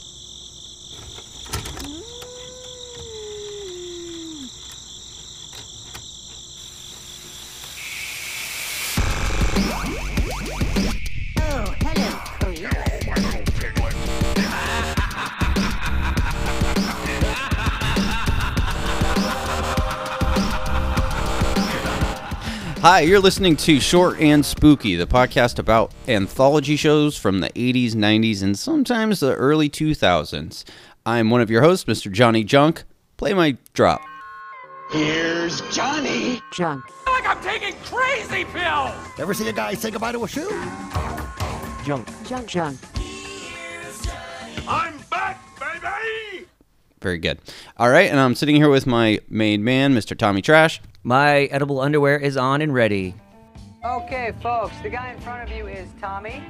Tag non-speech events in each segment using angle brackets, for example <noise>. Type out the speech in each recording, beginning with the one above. Oh, Hi, you're listening to Short and Spooky, the podcast about anthology shows from the 80s, 90s, and sometimes the early 2000s. I'm one of your hosts, Mr. Johnny Junk. Play my drop. Here's Johnny. junk, like I'm taking crazy pills! Ever see a guy say goodbye to a shoe? junk, junk, I'm back, baby! Very good. All right, and I'm sitting here with my main man, Mr. Tommy Trash. My edible underwear is on and ready. Okay, folks, the guy in front of you is Tommy.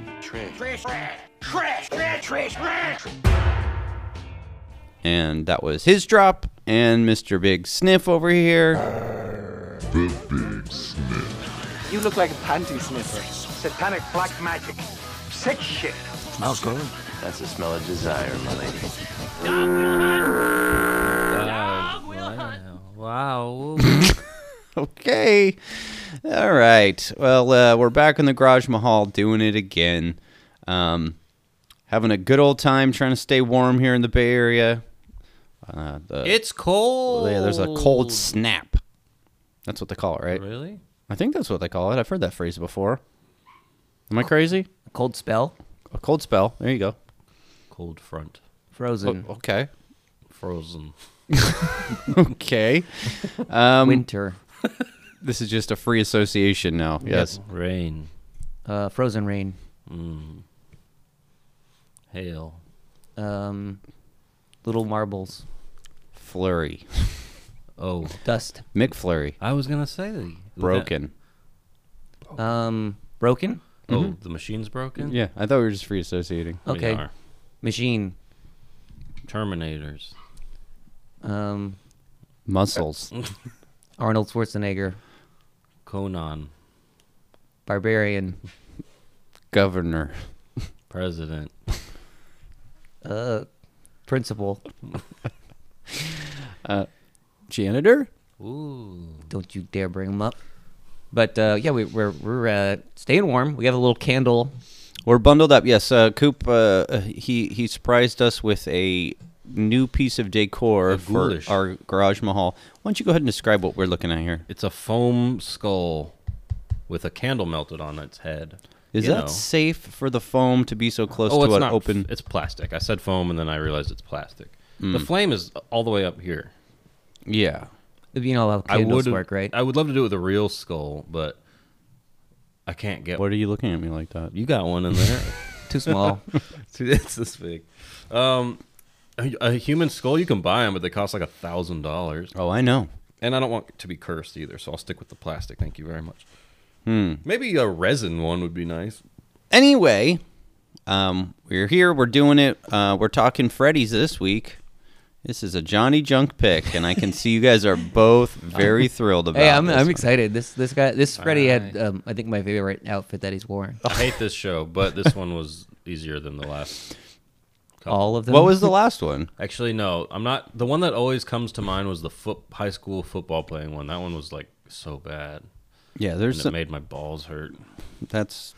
And that was his drop. And Mr. Big Sniff over here. You look like a panty sniffer. Satanic black magic. Sick shit. Smells good. That's the smell of desire, my lady. Wow. <laughs> Okay. All right. Well, uh, we're back in the Garage Mahal doing it again. Um, having a good old time trying to stay warm here in the Bay Area. Uh, the, it's cold. yeah, there's a cold snap. That's what they call it, right? Really? I think that's what they call it. I've heard that phrase before. Am I crazy? A cold spell. A cold spell. There you go. Cold front. Frozen. O- okay. <laughs> Frozen. Okay. oh. Um, Winter. this is just a free association now. Yes. Rain. Mm. Uh, frozen rain. Hail. Um, little marbles. Flurry. Oh. Dust. Mick Flurry. I was going to say the. Broken. Um, broken. that- oh, the machine's broken? Mm-hmm. Yeah, I thought we were just free associating. We Okay. are. Machine. Terminators. Um, Muscles. Arnold Schwarzenegger. Conan. Barbarian. Governor. President. Uh, principal. Janitor? Ooh. Don't you dare bring him up. But uh, yeah, we, we're we're uh, staying warm. We have a little candle. We're bundled up. Yes, uh, Coop. Uh, uh, he he surprised us with a new piece of decor A for goulash. our garage mahal. Why don't you go ahead and describe what we're looking at here? It's a foam skull with a candle melted on its head. Is You that know. safe for the foam to be so close Oh, to it's an not open? It's plastic. I said foam and then I realized it's plastic. Mm. The flame is all the way up here. yeah. You know how I candles would work, right? I would love to do it with a real skull, but I can't get What are you looking at me like that? You got one in <laughs> there. Too <laughs> small. Dude, it's this big. Um, a, a human skull, you can buy them, but they cost like a thousand dollars. Oh, I know. And I don't want to be cursed either, so I'll stick with the plastic. Thank you very much. Hmm. Maybe a resin one would be nice. Anyway, um, we're here. We're doing it. Uh, we're talking Freddy's this week. This is a Johnny Junk pick, and I can see you guys are both very thrilled about. Hey, I'm, this I'm one. excited. This this guy this Freddy had um, I think my favorite outfit that he's worn. I hate this show, but this one was easier than the last. All of them. Oh. What was the last one? Actually, no, I'm not. The one that always comes to mind was the foot, high school football playing one. That one was like so bad, Yeah, and there's it some, made my balls hurt. that's.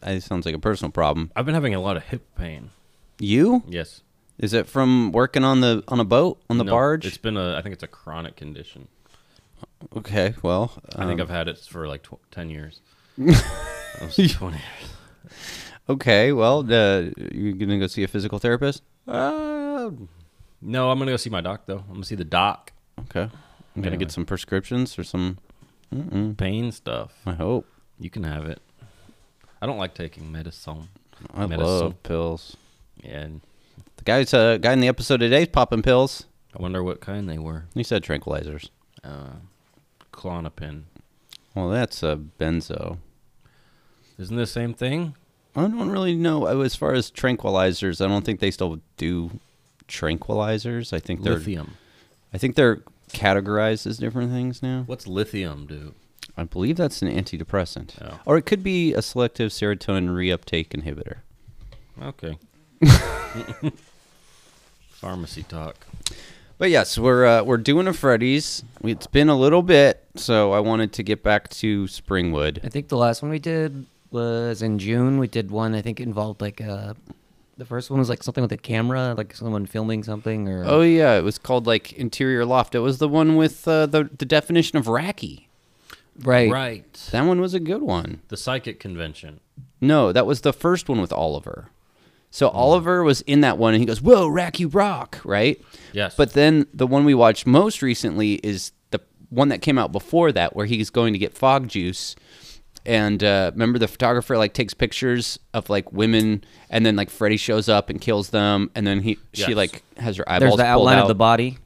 That sounds like a personal problem. I've been having a lot of hip pain. You? Yes, Is it from working on the on a boat on the No, barge? It's been a. I think it's a chronic condition. okay. Well, I think um, I've had it for like tw- <laughs> 10 years. I was 20 years. okay. Well, uh, you're gonna go see a physical therapist. Uh, no, I'm going to go see my doc, though. I'm going to see the doc. Okay. I'm gonna Anyway. get some prescriptions or some. Mm-hmm. Pain stuff. I hope. You can have it. I don't like taking medicine. I Medicine. love pills. And The guy's uh, guy in the episode today is popping pills. I wonder what kind they were. He said tranquilizers. Clonopin. Well, that's a benzo. Isn't this the same thing? I don't really know uh, as far as tranquilizers. I don't think they still do tranquilizers. I think they're Lithium. I think they're categorized as different things now. What's lithium, dude? I believe that's an antidepressant. Oh. Or it could be a selective serotonin reuptake inhibitor. <laughs> Okay. <laughs> Pharmacy talk. But yes, we're uh, we're doing a Freddy's. It's been a little bit, so I wanted to get back to I Springwood. think the last one we did was in June. We did one I think involved like uh the first one was like something with a camera, like someone filming something or Oh yeah, it was called like Interior Loft. It was the one with uh, the the definition of Racky. Right. Right. That one was a good one. The psychic convention. No, that was the first one with Oliver. So Oliver was in that one, and he goes, "Whoa, Racky Rock!" Right? Yes. But then the one we watched most recently is the one that came out before that, where he's going to get fog juice. And uh, remember, the photographer like takes pictures of like women, and then like Freddy shows up and kills them, and then he she Yes. like has her There's eyeballs. the pulled outline out. of the body.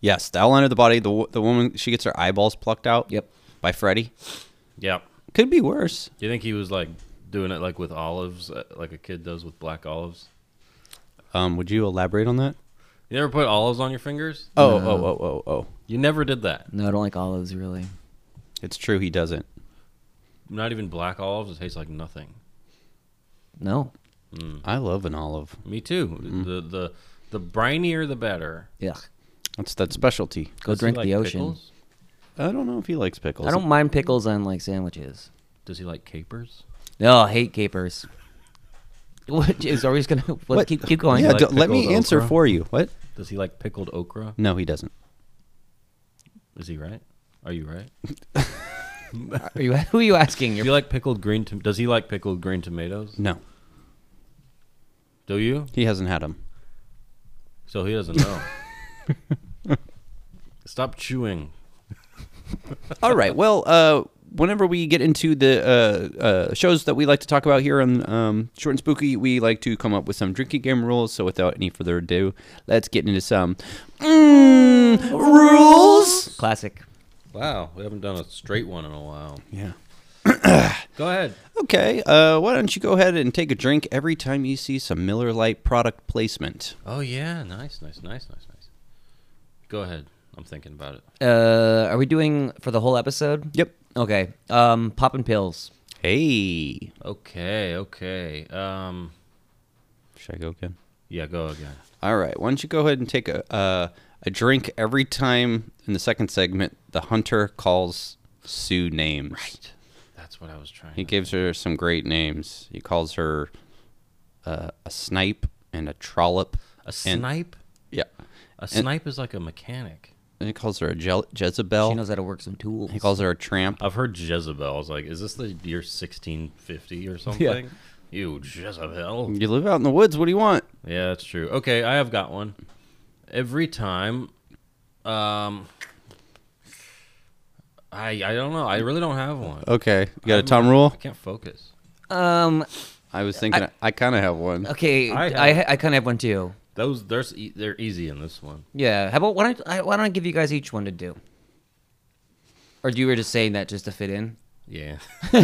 Yes, the outline of the body. The wo- the woman she gets her eyeballs plucked out. Yep. By Freddy. yeah. Could be worse. Do you think he was like doing it like with olives, uh, like a kid does with black olives? Um, would you elaborate on that? You never put olives on your fingers? Oh, oh, oh, oh, oh. You never did that. No, I don't like olives really. It's true. He doesn't. Not even black olives. It tastes like nothing. No. I love an olive. Me too. Mm-hmm. The the the brinier the better. Yeah. That's that specialty. Go Does he drink like the ocean. pickles? I don't know if he likes pickles. I don't mind pickles on like sandwiches. Does he like capers? No, I hate capers. <laughs> Which is always gonna <laughs> what, What? keep keep going. Yeah, like don't- let me pickled answer okra? for you. What? Does he like pickled okra? Mm. No, he doesn't. Is he right? Are you right? Are you <laughs> who are you asking? Do You're you like pickled green? tom Does he like pickled green tomatoes? No, Do you? he hasn't had them. So he doesn't know. <laughs> Stop chewing. <laughs> All right. Well, uh, whenever we get into the uh, uh, shows that we like to talk about here on um, Short and Spooky, we like to come up with some drinking game rules. So without any further ado, let's get into some mm, rules. classic. Wow, we haven't done a straight one in a while. Yeah. <coughs> Go ahead. Okay. Uh, why don't you go ahead and take a drink every time you see some Miller Lite product placement? Oh yeah, nice, nice, nice, nice, nice. Go ahead. I'm thinking about it. Uh, are we doing for the whole episode? Yep. Okay. Um, popping pills. Hey. Okay, okay. Um, Should I go again? yeah, go again. All right. Why don't you go ahead and take a uh, a drink every time in the second segment the hunter calls Sue names. Right. That's what I was trying. He to- gives her some great names. He calls her uh, a snipe and a trollop. a snipe. Yeah. A snipe is like a mechanic. And he calls her a Je- She Jezebel. knows how to work some tools. he calls her a tramp. I've heard Jezebel. I was like, is this the year <laughs> 1650 or something? You Jezebel. You live out in the woods. What do you want? Yeah, that's true. Okay, I have got one. Every time, um, I I don't know. I really don't have one. Okay. You got a I'm- Tom rule? I can't focus. Um. Um, I was thinking. I, kind of have one. Okay. I I have- I, kind of have one too. Those there's e- they're easy in this one. Yeah. How about why don't I, why don't I give you guys each one to do? Or you were just saying that just to fit in? <laughs> Yeah. <laughs>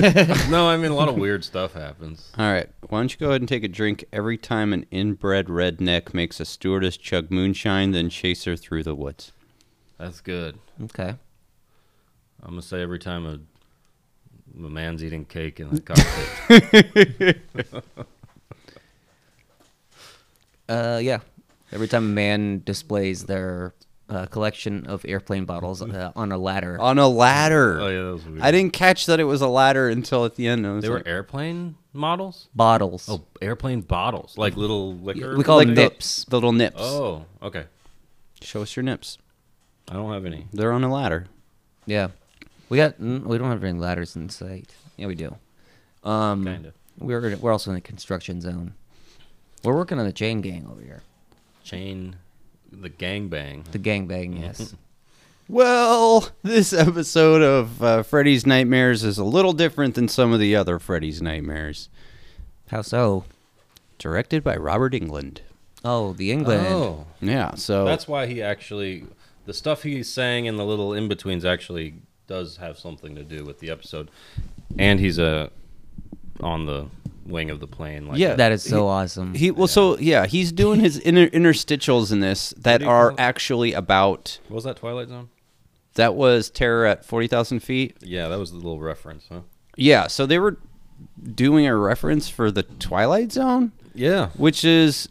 no, I mean a lot of weird stuff happens. All right. Why don't you go ahead and take a drink every time an inbred redneck makes a stewardess chug moonshine, then chase her through the woods? That's good. Okay. I'm gonna say every time a a man's eating cake in <laughs> the cockpit. Uh, yeah. Every time a man displays their uh, collection of <laughs> airplane bottles uh, on a ladder. On a ladder. oh yeah, that was weird. I didn't catch that it was a ladder until at the end. I was They like, were airplane models. bottles. Oh, airplane bottles, like little liquor. we call like them the- nips. The, little nips. Oh, okay. Show us your nips. I don't have any. They're on a ladder. Yeah. We got. mm, We don't have any ladders in sight. Yeah, we do. Um, Kind of. We're we're also in the construction zone. We're working on the chain gang over here. Chain, the gangbang. The gang <laughs> bang, yes. Well, this episode of uh, Freddy's Nightmares is a little different than some of the other Freddy's Nightmares. How so? Directed by Robert England. Oh, the England. Oh, Yeah, so that's why he actually, the stuff he sang in the little in betweens actually does have something to do with the episode, and he's a on the wing of the plane. Like Yeah. that is so He- awesome. he well, so yeah, he's doing his inner interstitials in this that do you call are it? actually about. what was that Twilight Zone? That was Terror at forty thousand feet. Yeah, that was the little reference, huh? Yeah, so they were doing a reference for the Twilight Zone. Yeah, which is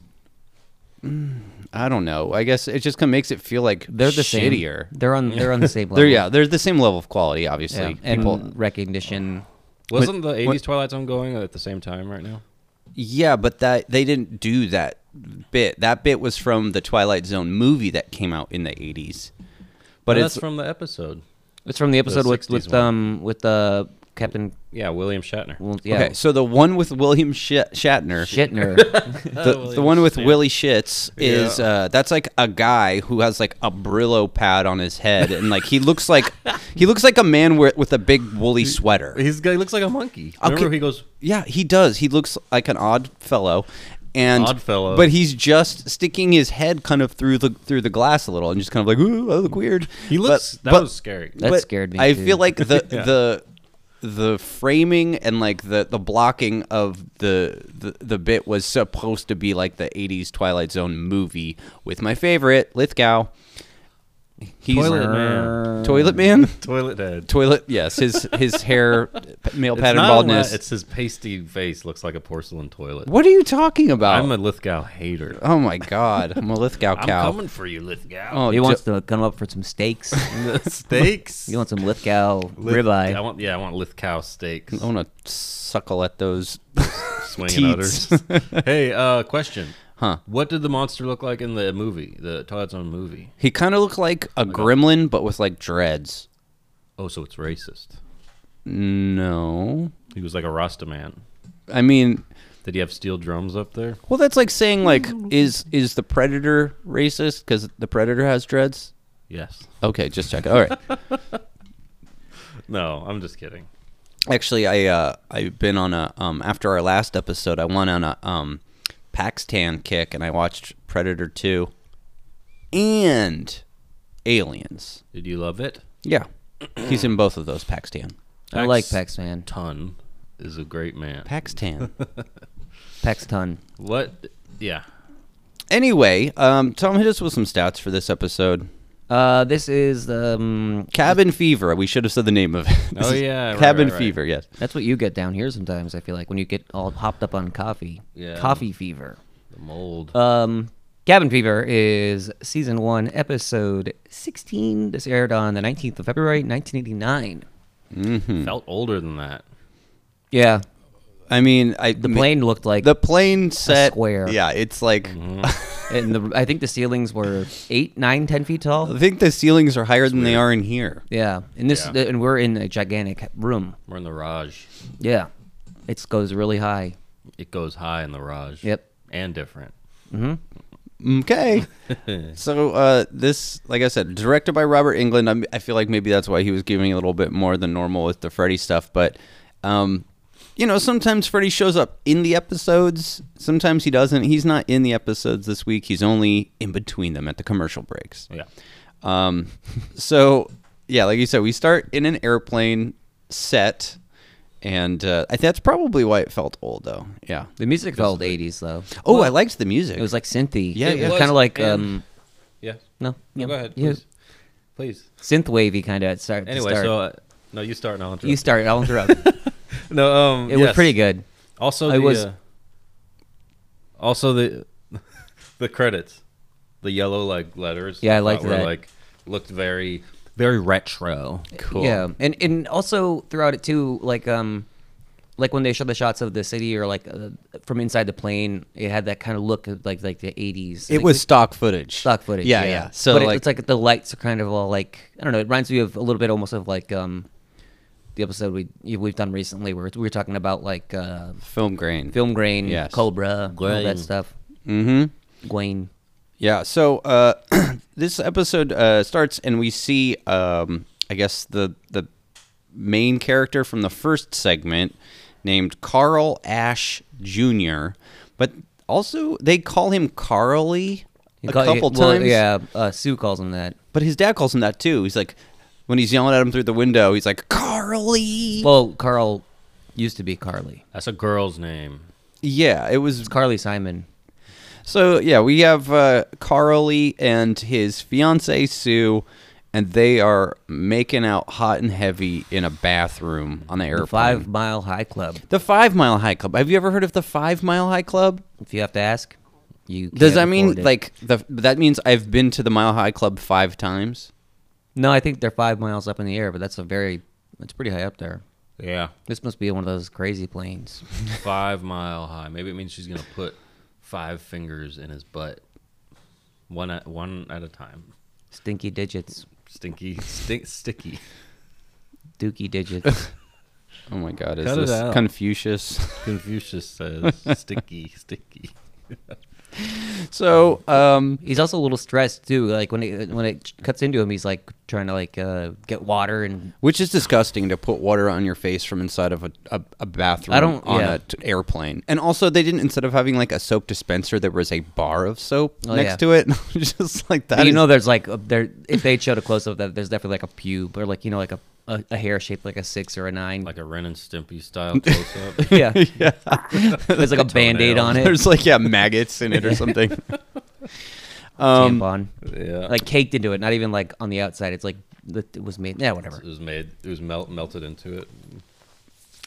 mm, I don't know. I guess it just kind of makes it feel like they're the same. shittier. They're on. They're on <laughs> the same level. They're yeah, they're the same level of quality, Yeah, obviously. And People, recognition. wasn't the '80s Twilight Zone going at the same time right now? yeah, but that they didn't do that bit. That bit was from the Twilight Zone movie that came out in the eighties. But But it's that's from the episode. It's from the episode with 60s with one. um with uh Captain. Yeah, William Shatner. Well, yeah. Okay, so the one with William Sh- Shatner, <laughs> Shitner. Uh, Oh, the, the one with Willie Shits is uh, that's like a guy who has like a Brillo pad on his head, and like he looks <laughs> like he looks like a man with, with a big woolly sweater. He's he looks like a monkey. Okay. Remember he goes Yeah, he does. He looks like an odd fellow. And Odd fellow. but he's just sticking his head kind of through the through the glass a little, and just kind of like, ooh, I look weird. He But- looks that but- was scary. That but scared me, I too. feel like <laughs> the the the framing and like the the blocking of the, the the bit was supposed to be like the '80s Twilight Zone movie with my favorite Lithgow. He's Toilet Man. Toilet man. <laughs> Toilet uh, head. Toilet. Yes, his his hair, male It's pattern not a lot, baldness. It's his pasty face looks like a porcelain toilet. what are you talking about? I'm a Lithgow hater. Oh my God, I'm a Lithgow <laughs> I'm cow. coming for you, Lithgow. Oh, he d- wants to come up for some steaks. Oh, <laughs> steaks. you want some Lithgow Lith- ribeye? I want yeah, I want Lithgow steaks. I want to suckle at those. swinging teats. <laughs> udders. <laughs> hey, uh, question. Huh. What did the monster look like in the movie, the Twilight Zone movie? He kind of looked like a gremlin, but with like dreads. Oh, so it's racist. No, He was like a Rasta man. I mean, Did he have steel drums up there? well, that's like saying like is is the predator racist because the predator has dreads? Yes. Okay, just check. All right. No, I'm just kidding. Actually, I uh, I've been on a um after our last episode, I went on a um Paxtan kick, and I watched Predator Two and Aliens. Did you love it? Yeah, he's in both of those Paxtan. I like Pax Man. Ton is a great man. Paxtan. Pax Ton. What? Yeah. anyway, um, Tom hit us with some stats for this episode. Uh, this is um. Cabin Fever. We should have said the name of it. <laughs> This Oh, is yeah, right, Cabin right, right. Fever. Yes. That's what you get down here sometimes. I feel like when you get all hopped up on coffee. Yeah. Coffee fever. The mold. Um, Cabin Fever is season one, episode sixteen. This aired on the nineteenth of February, nineteen eighty nine. Um, Felt older than that. Yeah, I mean, I the plane looked like the plane set square. Yeah, it's like Mm-hmm. and the, I think the ceilings were eight, nine, ten feet tall. I think the ceilings are higher than they are in here. Yeah, and this Yeah. and we're in a gigantic room. We're in the Raj. Yeah, it goes really high. It goes high in the Raj. Yep. And different. <laughs> Okay. so uh, this, like I said, directed by Robert England. I'm, I feel like maybe that's why he was giving a little bit more than normal with the Freddy stuff. But, um, you know, sometimes Freddy shows up in the episodes. Sometimes he doesn't. He's not in the episodes this week. He's only in between them at the commercial breaks. Yeah. Um, so yeah, like you said, we start in an airplane set, and uh, I, that's probably why it felt old, though. Yeah. The music felt eighties though. Oh, I liked the music. It was like synthy. Yeah, it yeah. was kind of like And- um, Yeah. no, No, go ahead. yeah, Please. Please. synth wavy kind of start. to Anyway, start. so uh, no, you start now. you start. I'll <laughs> interrupt. it No, um, was yes. pretty good. Also, I the, was- uh, also the <laughs> the credits, the yellow like letters. Yeah, I thought liked were, that. Like looked very very retro. Cool. Yeah, and and also throughout it too, like um, like when they showed the shots of the city or like uh, from inside the plane, it had that kind of look of like like the eighties. It was stock footage. stock footage. Yeah, Yeah, yeah. So but it- like, it's like the lights are kind of all like I don't know. It reminds me of a little bit almost of like um, the episode we you- we've done recently where we were talking about like uh, film grain. film grain, Yes. Cobra, all Grain. that stuff. Mm-hmm. Gwaine. Yeah. So uh, <clears throat> this episode uh, starts, and we see, um, I guess the the main character from the first segment, named Carl Ash Jr. But also they call him Carly He a call- he- couple well, times. yeah, uh, Sue calls him that. But his dad calls him that too. He's like, when he's yelling at him through the window, he's like, Carly. Well, Carl used to be Carly. That's a girl's name. yeah, it was. Carly Simon. So yeah, we have uh, Carly and his fiancee Sue, and they are making out hot and heavy in a bathroom on the airplane. The Five Mile High Club. The Five Mile High Club. Have you ever heard of the Five Mile High Club? If you have to ask, you Does can't that mean afford it. like the that means I've been to the Mile High Club five times? No, I think they're five miles up in the air, but that's a very it's pretty high up there. Yeah, This must be one of those crazy planes. <laughs> five mile high. Maybe it means she's gonna put five fingers in his butt, one at one at a time. Stinky digits. Stinky, stink, sticky. <laughs> Dookie Digits. Oh my God, is Cut it this out. Confucius? <laughs> Confucius says sticky, sticky. so, um, he's also a little stressed too. Like when it when it cuts into him, he's like trying to like uh, get water and which is disgusting to put water on your face from inside of a, a, a bathroom I don't- on yeah. an airplane. And also, they didn't instead of having like a soap dispenser, there was a bar of soap Oh, next yeah. to it. <laughs> Just like that. you is- know there's like a, there if they showed a close up that there's definitely like a pube or like you know like a a, a hair shaped like a six or a nine. <laughs> Like a Ren and Stimpy style close up. yeah. <laughs> There's like a band aid Toenail. on it. there's like yeah maggots in it <laughs> or something. um, tampon. <laughs> yeah. Like caked into it, not even like on the outside. It's like that it was made. Yeah, whatever. it was made it was melt, melted into it.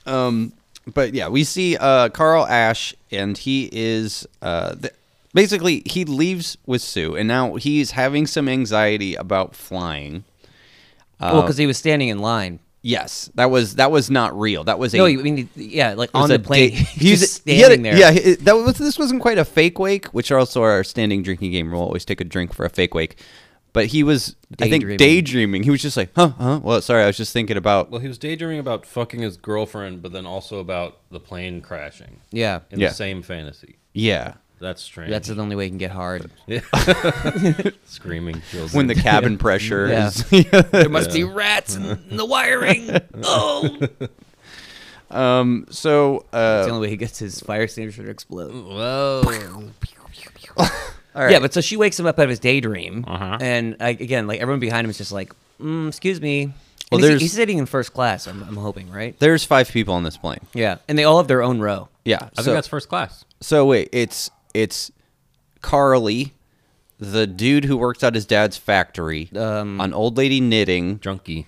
Um, but yeah, we see uh, Carl Ash, and he is uh, th- basically he leaves with Sue, and now he's having some anxiety about flying. Uh, well, because he was standing in line. Yes, that was that was not real. That was a No, I mean, yeah, like it was on the a <laughs> plane, da- <laughs> he's just he had standing a- there. Yeah, he- that was this wasn't quite a fake wake, which are also our standing drinking game rule. Always take a drink for a fake wake. But he was, I Daydreaming. think, daydreaming. He was just like, huh, huh. Well, sorry, I was just thinking about Well, he was daydreaming about fucking his girlfriend, but then also about the plane crashing yeah. in Yeah. the same fantasy. yeah. That's strange. That's the only way you can get hard. screaming children. When <laughs> the cabin pressure Yeah. is <laughs> There must be rats in the <laughs> wiring. Oh, it's so uh, the only way he gets his fire extinguisher to explode. whoa, <laughs> Yeah, but so she wakes him up out of his daydream, Uh-huh. and like again, like everyone behind him is just like, mm, "Excuse me." Well, Well, there's- he's, he's sitting in first class. I'm, I'm hoping, right? There's five people on this plane. Yeah, and they all have their own row. Yeah. I so, think that's first class. so wait, it's it's Carly, the dude who works at his dad's factory, Um, an old lady knitting, Drunky,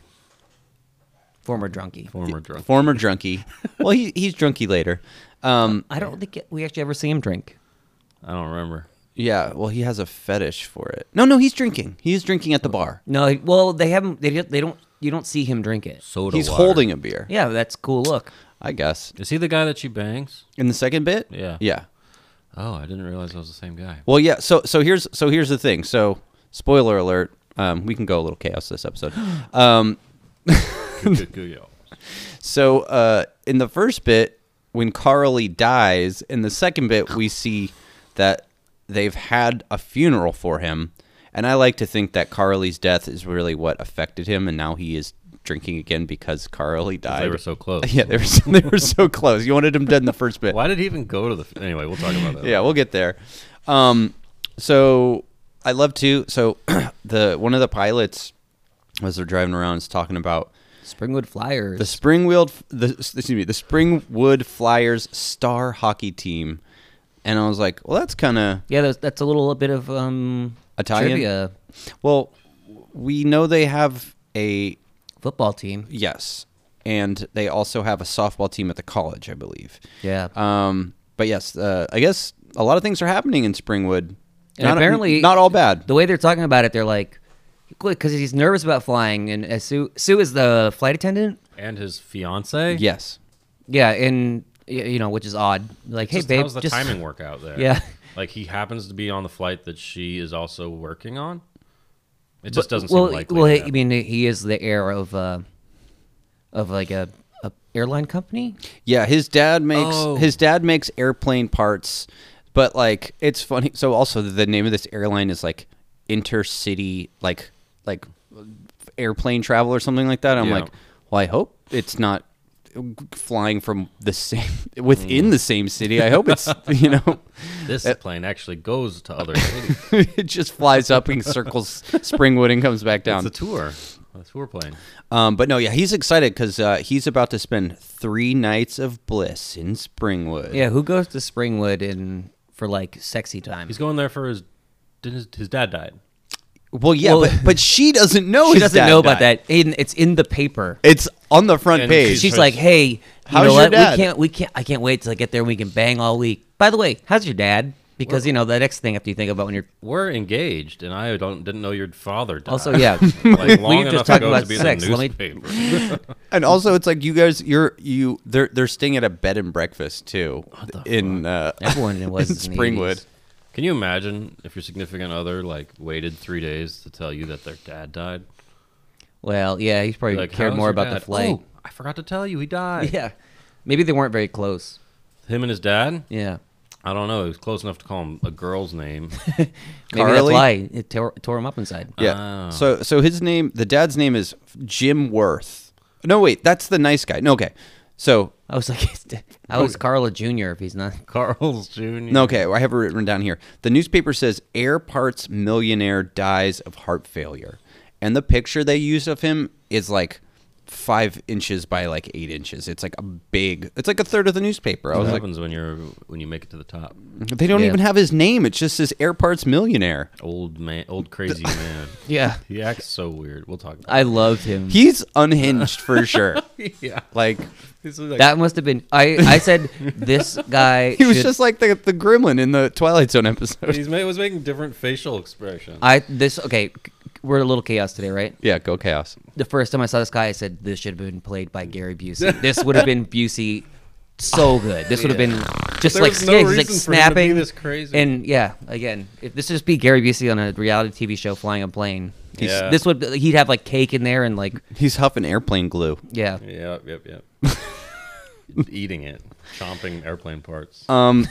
Former drunkie. former drunk. former <laughs> drunkie. well, he, he's drunky later. Um, I don't think it- we actually ever see him drink. I don't remember. yeah. Well, he has a fetish for it. No, no, he's drinking. He's drinking at the bar. No, he- well, they haven't. They don't- they don't. You don't see him drink it. Soda. He's water. holding a beer. Yeah, that's cool. Look, I guess. Is he the guy that she bangs? In the second bit. Yeah. Yeah. Oh, I didn't realize I was the <laughs> same guy. Well, yeah. So so here's so here's the thing. So spoiler alert. Um, we can go a little chaos this <gasps> episode. Um, So uh, in the first bit, when Carly dies, in the second bit, <gasps> we see that they've had a funeral for him. And I like to think that Carly's death is really what affected him, and now he is drinking again because Carly died. they were so <laughs> close. Yeah, they were so, they were so close. You wanted him dead in the first bit. Why did he even go to the? Anyway, we'll talk about that. Yeah, we'll get there. Um, so I love to. So <clears throat> the one of the pilots, as they're driving around, is talking about Springwood Flyers. the Springwood, the excuse me, the Springwood Flyers star hockey team, and I was like, well, that's kind of yeah, that's, that's a little bit of um Italian? trivia. well. We know they have a football team. yes, and they also have a softball team at the college, I believe. Yeah. Um, but yes, uh, I guess a lot of things are happening in Springwood. And Not- apparently- not all bad. the way they're talking about it, they're like, because he's nervous about flying, and uh, Sue Sue is the flight attendant. And his fiance. yes. Yeah, and y- you know, which is odd. Like, hey, just, babe, how's the just- timing work out there? Yeah. Like he happens to be on the flight that she is also working on. It just doesn't well, seem likely. well, to I happen. mean, he is the heir of uh, of like a, a airline company. Yeah, his dad makes Oh. his dad makes airplane parts, but like it's funny. So also the name of this airline is like intercity, like like airplane travel or something like that. I'm Yeah. like, well, I hope it's not flying from the same <laughs> within the same city. I hope it's <laughs> you know this uh, plane actually goes to <laughs> other cities. it just flies up and circles Springwood and comes back It's down. a tour. A tour plane. Um, but no, yeah, he's excited because uh, he's about to spend three nights of bliss in Springwood. Yeah, who goes to Springwood in for like sexy time? He's going there for his. Did his, his dad died? Well, yeah, Well- but, but she doesn't know. <laughs> she his doesn't dad know about died. that. In, it's in the paper. It's on the front And page. She's She's like, "Hey, you How's know your what? dad?" We can't. We can't. I can't wait till I get there. and We can bang all week. By the way, how's your dad? Because you know the next thing after you think about when you're We're engaged, and I don't didn't know your father died. also yeah. uh, <laughs> like long were just enough talking ago about to be sex. in the Let me- <laughs> newspaper. <laughs> and also it's like you guys, you're you they're they're staying at a bed and breakfast too in uh, Everyone it was <laughs> <laughs> in in the Springwood. 80s. Can you imagine if your significant other like waited three days to tell you that their dad died? Well, yeah, he's probably Like, cared how's more your about dad? the flight. Oh, <laughs> I forgot to tell you, he died. Yeah, maybe they weren't very close. Him and his dad? Yeah, I don't know. It was close enough to call him a girl's <laughs> name. maybe that's Carly? why it tore, tore him up inside. Yeah. Oh. So so his name, the dad's name is Jim Worth. No, wait, that's the nice guy. No, okay. So I was like, <laughs> I was Carla Junior. If he's not, Oh, <laughs> Carl's Jr. No. no, okay, I have it written down here. The newspaper says air parts millionaire dies of heart failure, and the picture they use of him is like five inches by like eight inches. It's like a big. It's like a third of the newspaper. I What was like, happens when you're when you make it to the top? they don't Yeah. even have his name. It just says air parts millionaire. Old man, old <laughs> crazy man. yeah, He acts so weird. We'll talk about. I loved him. He's unhinged for sure. It. <laughs> Yeah. Like He's like, that must have been. I <laughs> I said this guy. he was should- just like the the gremlin in the Twilight Zone episode. he's ma- was making different facial expressions. I this okay. We're a little chaos today, right? <laughs> Yeah, go chaos. The first time I saw this guy, I said this should have been played by <laughs> Gary Busey. this would have been Busey, so good. This would have been just There like was no yeah, he's like reason for him to be snapping this crazy. And yeah, again, if this just be Gary Busey on a reality TV show flying a plane, he's, Yeah. this would he'd have like cake in there and like He's huffing airplane glue. yeah. Yep, yep, <laughs> yep. Eating it, chomping airplane parts. Um,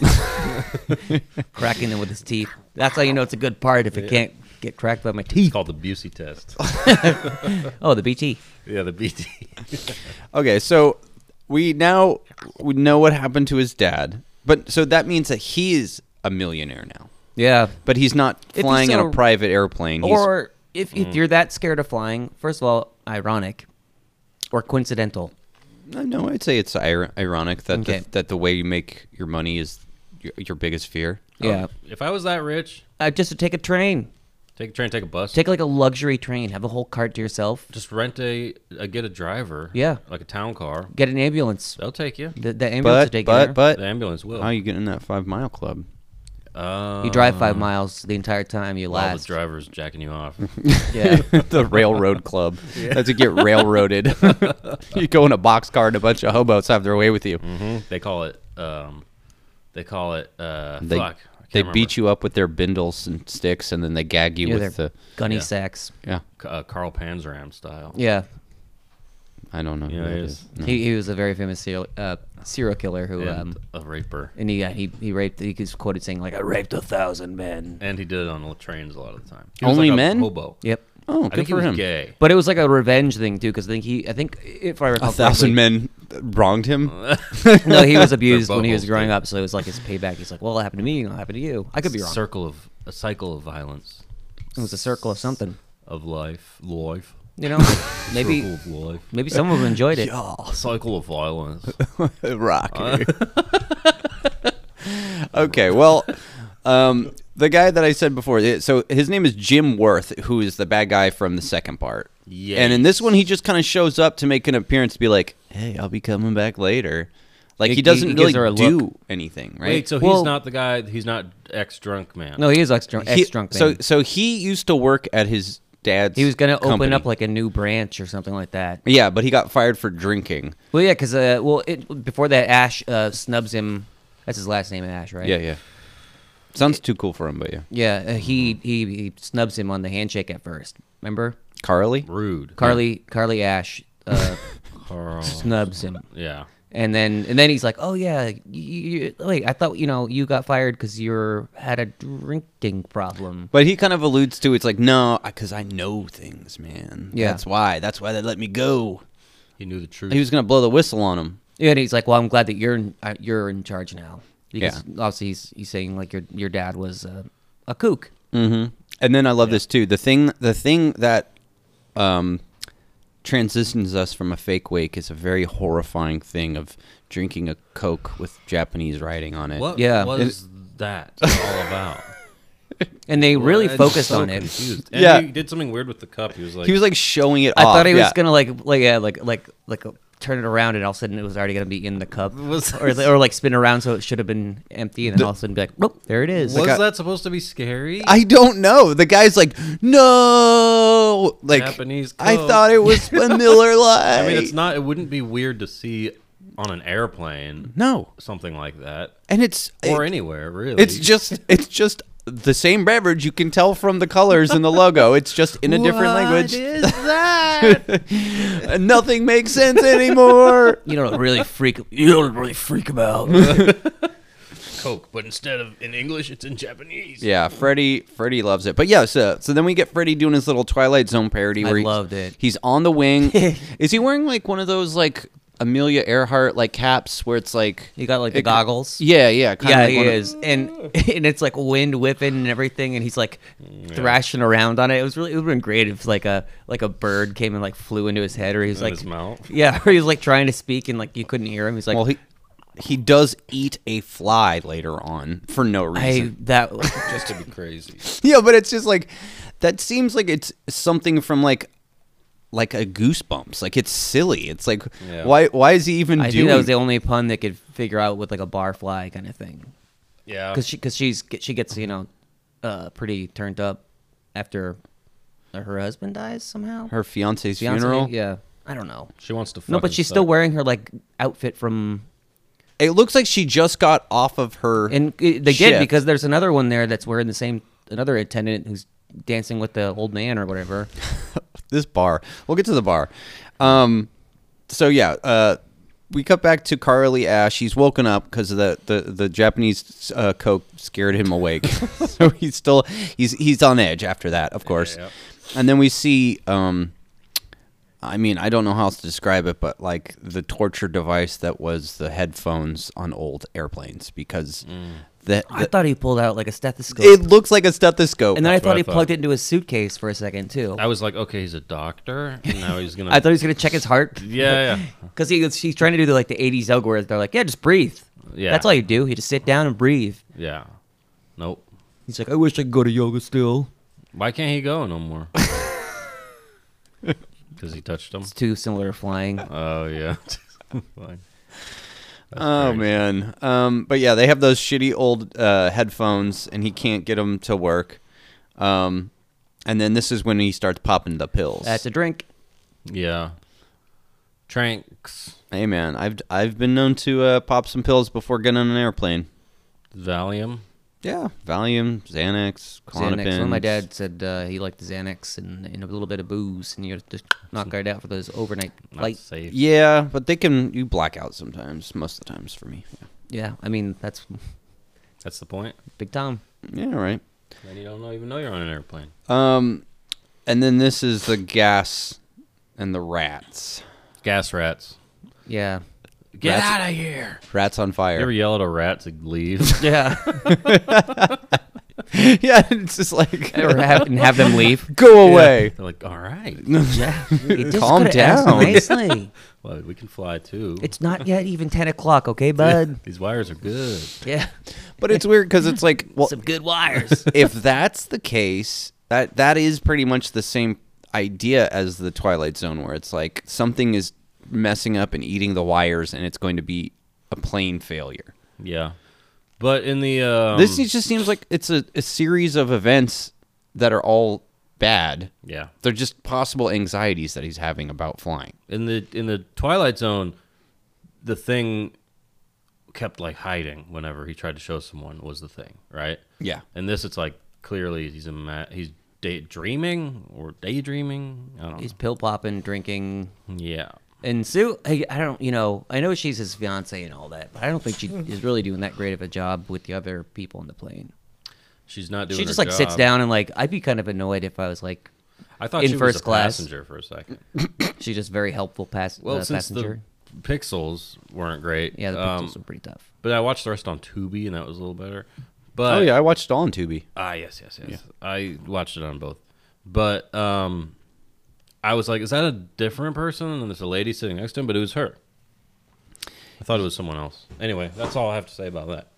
cracking them with his teeth. That's how you know it's a good part if it can't get cracked by my it's teeth. called the Busey <laughs> test. Oh, the BT. yeah, the <laughs> BT. Okay, so we now we know what happened to his dad, but so that means that he's a millionaire now. Yeah. But he's not he's flying in so- a private airplane. He's, Or if, if Mm. you're that scared of flying, first of all, ironic or coincidental. no, I'd say it's ir- ironic that Okay. the, that the way you make your money is your, your biggest fear. Yeah. If I was that rich, Uh, just to take a train. take a train, take a bus, Take like a luxury train. Have a whole cart to yourself. just rent a, a get a driver. Yeah. like a town car. Get an ambulance. They'll take you. The, the ambulance will But take you but there. but The ambulance will. how you get in that five mile club? <laughs> Uh, You drive five miles the entire time you All the last. drivers jacking you off. <laughs> yeah. the railroad <laughs> club. That's to get railroaded. <laughs> you go in a boxcar and a bunch of hobos have their way with you. they call it. Um, they call it. Uh, They fuck. I can't they remember. beat you up with their bindles and sticks, and then they gag you yeah with they're the gunny yeah. sacks. yeah. C- uh, Carl Panzeram style. Yeah. I don't know. Yeah, who it that is. is. He, he was a very famous serial, uh, serial killer who And um, a raper. And he, uh, he he raped. He was quoted saying like, "I raped a thousand men." And he did it on the trains a lot of the time. He was Only like a men. Hobo. Yep. Oh, good I think for he was him. gay. But it was like a revenge thing too, because I think he, I think if I recall, A thousand correctly- men wronged him. <laughs> No, he was abused when he was buttholes, growing dude. up, so it was like his payback. He's like, "Well, it happened to me, and it happened to you. I could be wrong. Circle of a cycle of violence it was a circle of something, of life, life. <laughs> you know. Circle maybe of life. maybe some of them enjoyed it. A cycle of violence. Uh, <laughs> Rocky. okay, well, <laughs> um, the guy that I said before, it- so his name is Jim Worth, who is the bad guy from the second part. Yes. And in this one, he just kind of shows up to make an appearance, to be like, "Hey, I'll be coming back later." Like He- he doesn't he really gives her a do look. anything, right? Wait, so Well- he's not the guy. He's not ex drunk man. No, he is ex drunk. He- Ex drunk. So so he used to work at his dad's. he was gonna open company. up like a new branch or something like that. Yeah, but he got fired for drinking. Well, yeah, because uh, well, it, before that, Ash uh, snubs him. That's his last name, Ash, right? Yeah, yeah. Sounds too cool for him, but yeah. Yeah, uh, he, he he snubs him on the handshake at first. Remember, Carly. rude. Carly Carly Ash <laughs> uh, Carl. snubs him, Yeah. and then and then he's like, "Oh yeah, you, you, wait, I thought you know you got fired because you had a drinking problem." But he kind of alludes to it's like no, because I know things, man. Yeah. that's why. That's why they let me go. He knew the truth. He was gonna blow the whistle on him. Yeah, and he's like, "Well, I'm glad that you're in, uh, you're in charge now." Because Yeah. obviously he's he's saying like your your dad was uh, a kook. Mm-hmm. And then I love this too. The thing, the thing that um, transitions us from a fake wake is a very horrifying thing of drinking a coke with Japanese writing on it. What Yeah. was that all about? And they really I'm focused so on it. Confused. And Yeah. he did something weird with the cup. He was like, He was like showing it I off. thought he was Oh, yeah. gonna like like yeah like like like uh, turn it around and all of a sudden it was already gonna be in <laughs> the cup or or like spin around so it should have been empty and then all of a sudden be like whoop there it is. was like a- that supposed to be scary? I don't know. The guy's like, no, like Japanese I Coke. thought it <laughs> was a Miller Lite. I mean, it's not. It wouldn't be weird to see on an airplane no, something like that, and it's or it- anywhere really. it's just it's just the same beverage. You can tell from the colors and the logo. It's just in a different language. Nothing makes sense anymore. <laughs> You don't really freak. You don't really <laughs> freak about. Coke, but instead of in English, it's in Japanese. Yeah, Freddy Freddy loves it. But yeah, so so then we get Freddy doing his little Twilight Zone parody. I Where he's- loved it. He's on the wing. Is he wearing like one of those like Amelia Earhart like caps where it's like You got like the it- goggles. Yeah, yeah, kinda yeah, like he one of- is, and <laughs> and it's like wind whipping and everything, and he's like thrashing around on it. It was really it would have been great if like a like a bird came and like flew into his head, or he's In like his mouth. <laughs> Yeah, or he was like trying to speak and like you couldn't hear him. He's like, Well, he he does eat a fly later on for no I reason. <laughs> that Just to be crazy. yeah, but it's just like that seems like it's something from like like a goosebumps. Like it's silly. It's like Yeah. why why is he even I doing think that was the only pun they could figure out with like a barfly kind of thing, Yeah. Uh, because she because she's she gets you know, uh, pretty turned up after her husband dies somehow. her fiance's Fiancé? funeral? Yeah, I don't know. She wants to. No, but fucking she's suck. still wearing her like outfit from It looks like she just got off of her And it- they shift. did because there's another one there that's wearing the same another attendant who's dancing with the old man or whatever. this bar. We'll get to the bar. Um, so yeah, uh, we cut back to Carly Ash. She's woken up because the, the the Japanese uh, coke scared him <laughs> awake, so he's still he's he's on edge after that, of course. yeah. And then we see. Um, I mean, I don't know how else to describe it, but like the torture device that was the headphones on old airplanes, because Mm. that I thought he pulled out like a stethoscope. it looks like a stethoscope. and then I what thought I he thought. plugged it into his suitcase for a second too. I was like, okay, he's a doctor. And now he's gonna. <laughs> I thought he was gonna check his <laughs> heart Yeah, yeah. <laughs> because he was, he's trying to do the, like the '80s yoga where they're like, yeah, just breathe. Yeah. that's all you do. You just sit down and breathe. Yeah. Nope. He's like, I wish I could go to yoga still. Why can't he go no <laughs> more? Because he touched him. It's too similar to flying. Oh yeah. <laughs> Fine. Oh man. Um, but yeah, they have those shitty old uh, headphones, and he can't get them to work. Um, and then this is when he starts popping the pills. That's a drink. yeah. Tranks. hey man, I've I've been known to uh, pop some pills before getting on an airplane. Valium. Yeah, Valium, Xanax, Clonopin. Xanax. Well, my dad said uh, he liked the Xanax and, and a little bit of booze, and you just knock it out for those overnight Not flights. safe. Yeah, but they can you black out sometimes. Most of the times for me. Yeah, I mean that's That's the point. Big Tom. Yeah, all right. Then you don't know, even know you're on an airplane. Um, and then this is the gas and the rats. Gas rats. Yeah, Get Rats- out of here. Rats on You ever <laughs> fire. yell at a rat to leave? <laughs> yeah. yeah, it's just like <laughs> or have, and have <laughs> them leave. go away. <laughs> They're like, all right. Yeah, You just Calm could've asked down. <laughs> Nicely. Well, we can fly too. It's <laughs> not yet even ten o'clock, okay, bud? These wires are good. Yeah, But it's weird because it's like, well, some good <laughs> wires. <laughs> if that's the case, that that is pretty much the same idea as the Twilight Zone, where it's like something is messing up and eating the wires, and it's going to be a plane failure. Yeah. But in the um, this is- just seems like it's a, a series of events that are all bad. yeah They're just possible anxieties that he's having about flying. in the in the Twilight Zone, the thing kept like hiding whenever he tried to show someone was the thing, right? Yeah. And this, it's like clearly he's a ma- he's daydreaming or daydreaming. I don't He's pill popping, drinking, know. Yeah. and Sue. I, I don't, you know, I know she's his fiance and all that, but I don't think she is really doing that great of a job with the other people on the plane. She's not doing. She her just like sits job. down and like I'd be kind of annoyed if I was like I thought in she was first a class. passenger for a second. she's just very helpful pass- Well, uh, since passenger. the pixels weren't great. yeah, the um, pictures were pretty tough. But I watched the rest on Tubi, and that was a little better. But Oh yeah, I watched it all on Tubi. Ah, yes, yes, yes. I watched it on both, but um, I was like, "Is that a different person?" And there's a lady sitting next to him, but it was her. I thought it was someone else. Anyway, that's all I have to say about that.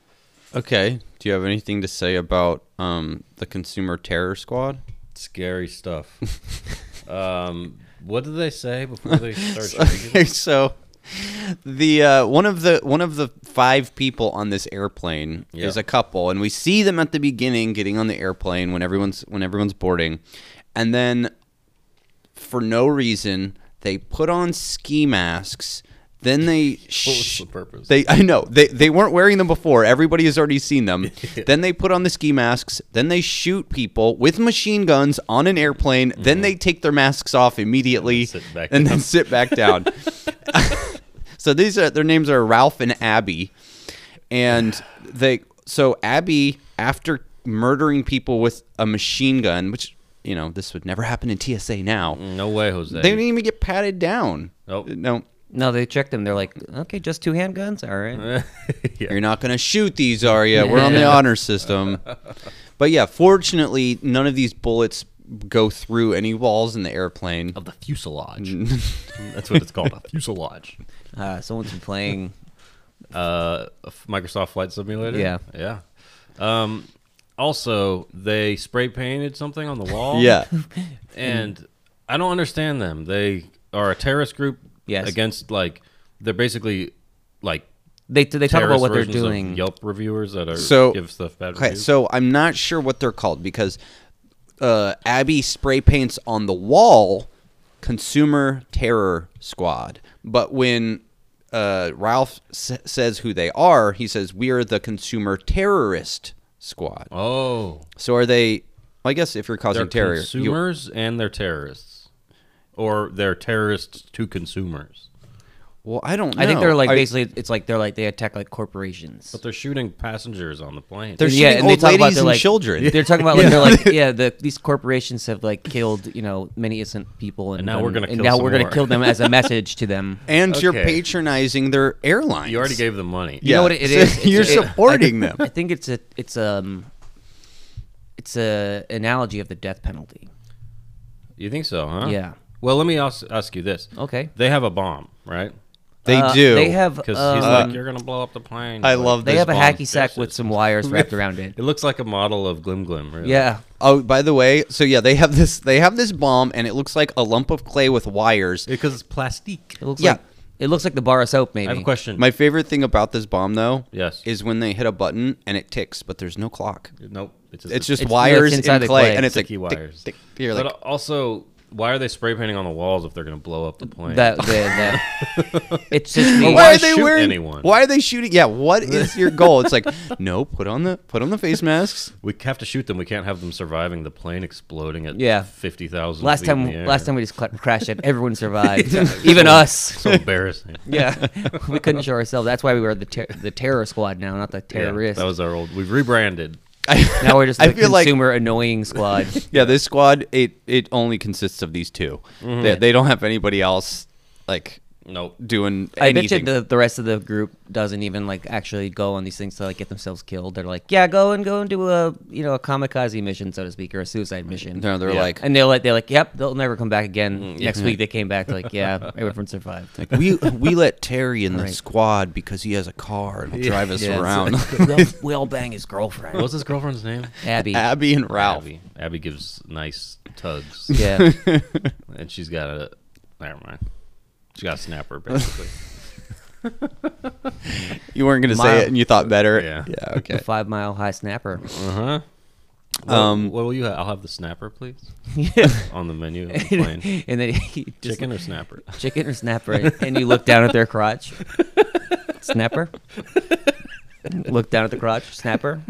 Okay. Do you have anything to say about um, the Consumer Terror Squad? Scary <laughs> stuff. um, what did they say before <laughs> they started? shaking? Okay, <laughs> so the uh, one of the one of the five people on this airplane Yeah. is a couple, and we see them at the beginning getting on the airplane when everyone's when everyone's boarding, and then for no reason they put on ski masks Then they What was sh- the purpose? they <laughs> I know they they weren't wearing them before. Everybody has already seen <laughs> them. then they put on the ski masks. Then they shoot people with machine guns on an airplane. Then they take their masks off immediately sit back Mm-hmm. and then down. sit back down. <laughs> so these are their names are Ralph and Abby, and they so Abby after murdering people with a machine gun, which you know this would never happen in TSA now. no way, Jose. They didn't even get patted down. <laughs> Nope. No. No, they checked them. They're like, okay, just two handguns. All right. You're not going to shoot these, are you? We're on the honor <laughs> system. But yeah, fortunately, none of these bullets go through any walls in the airplane. of the <laughs> fuselage. That's what it's called, a fuselage. Uh, someone's been playing. Uh, Microsoft Flight Simulator. Yeah. yeah. Um, also, they spray painted something on the wall. Yeah. <laughs> and I don't understand them. They are a terrorist group. Yes. against like they're basically like They they talk about terrorist what they're versions of doing. Yelp reviewers that are So- give stuff bad Okay, reviews. so I'm not sure what they're called because uh, Abby spray paints on the wall Consumer Terror Squad. But when uh, Ralph s- says who they are, he says, We are the Consumer Terrorist Squad. oh, So are they, I guess if you're they're causing terror, you- consumers and they're terrorists, or they're terrorists to consumers. well, I don't know. I think they're like Are- basically it's like they're like they attack like corporations. But they're shooting passengers on the plane. They're shooting and they old talk about ladies they're and like- children. They're talking about like <laughs> they're like yeah the, these corporations have like killed you know many innocent people and, And now we're gonna and kill now some we're gonna more. kill them <laughs> as a message to them. and you're Okay. patronizing their airlines. you already gave them money. You know what it is? It's- <laughs> you're it- supporting them. I think it's a it's um it's a analogy of the death penalty. You think so, huh? Yeah. Well, let me ask, ask you this. Okay. They have a bomb, right? They Uh, do. They have Because um, he's like, you're going to blow up the plane. I Like, love they this have a bomb. hacky sack with Vicious. some wires wrapped around it. <laughs> It looks like a model of Glim Glim, really. Yeah. Oh, by the way, so yeah, they have this. They have this bomb, and it looks like a lump of clay with wires. Because it's plastique. It looks Yeah. like it looks like the bar of soap maybe. I have a question. My favorite thing about this bomb, though, Yes. is when they hit a button and it ticks, but there's no clock. nope. It's just, It's just It's- no, it's wires in inside clay, the clay. and it's like sticky tick, wires. tick. You're but like, also, why are they spray painting on the walls if they're going to blow up the plane? That, the- <laughs> the- it's just me. Oh, why why are they shoot wearing? anyone? Why are they shooting? Yeah, <laughs> what is your goal? It's like, no, put on the put on the face masks. we have to shoot them. We can't have them surviving the plane exploding at Yeah. 50,000 Last feet time, in the air. last time we just cla crashed it. Everyone <laughs> survived, <laughs> even us. So embarrassing. <laughs> Yeah, we couldn't show ourselves. That's why we were the ter- the terror squad now, not the Yeah, terrorists. that was our old. We've rebranded. <laughs> now we're just I the feel like- consumer annoying squad. <laughs> Yeah, this squad it it only consists of these 2 Mm-hmm. They, they don't have anybody else like <laughs> Nope. doing I bet you anything. the, the rest of the group doesn't even like actually go on these things to like get themselves killed. They're like, yeah, go and go and do a you know a kamikaze mission, so to speak, or a suicide mission. no, they're Yeah. like Mm, And they're like, they're like, yep, they'll never come back again. Next week they came back, like, <laughs> yeah, everyone survived. we we let Terry in the Right. squad because he has a car and he'll drive us Yeah, around. Will, Will bang his What girlfriend, was his girlfriend's name? Abby. <laughs> Abby and Ralph. Abby. Abby gives nice tugs. <laughs> Yeah. And she's got a. Never mind. She got a snapper, <laughs> basically. You weren't gonna Mile. say it and you thought better. Yeah. Yeah. The Okay. five mile <laughs> high snapper. <laughs> uh huh. Um, Um, what will you have? I'll have the snapper, please. On the menu, on <laughs> the plane. and then he just Chicken or snapper? chicken <laughs> or snapper, and you look down at their crotch, <laughs> snapper. look down at the crotch, snapper.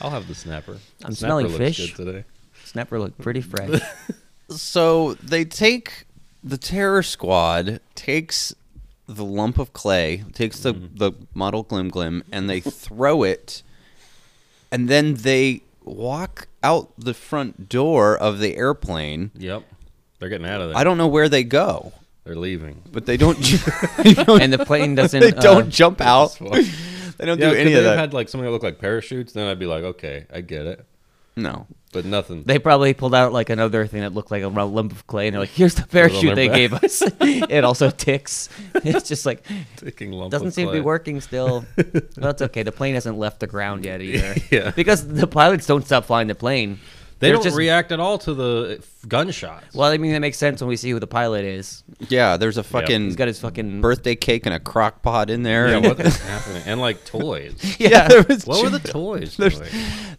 I'll have the snapper. <laughs> Snapper I'm smelling looks fish. good today. Snapper looked <laughs> pretty fresh. So they take the terror squad takes the lump of clay, takes the the model glim glim, and they throw it, and then they walk out the front door of the airplane. Yep. They're getting out of there. I don't know where they go, They're leaving. but they don't. <laughs> they don't, And the plane doesn't. they uh, don't jump out. <laughs> Well, yeah, <laughs> They don't do if any they of that. had like something that looked like parachutes, then I'd be like, okay, I get it. no. But nothing. They probably pulled out like another thing that looked like a ru- lump of clay, and they're like, "Here's the parachute lump they of- gave us. <laughs> it also ticks. It's just like Taking lump doesn't of seem to be clay. working still. That's okay. The plane hasn't left the ground yet either. Yeah. because the pilots don't stop flying the plane. They They're don't just- react at all to the uh, f- gunshots. Well, I mean that makes sense when we see who the pilot is. Yeah, there's a fucking He's got his <laughs> fucking birthday cake and a crock pot in there. yeah, and- <laughs> what <laughs> is happening? And like toys. yeah, there was What were the toys? There's- doing?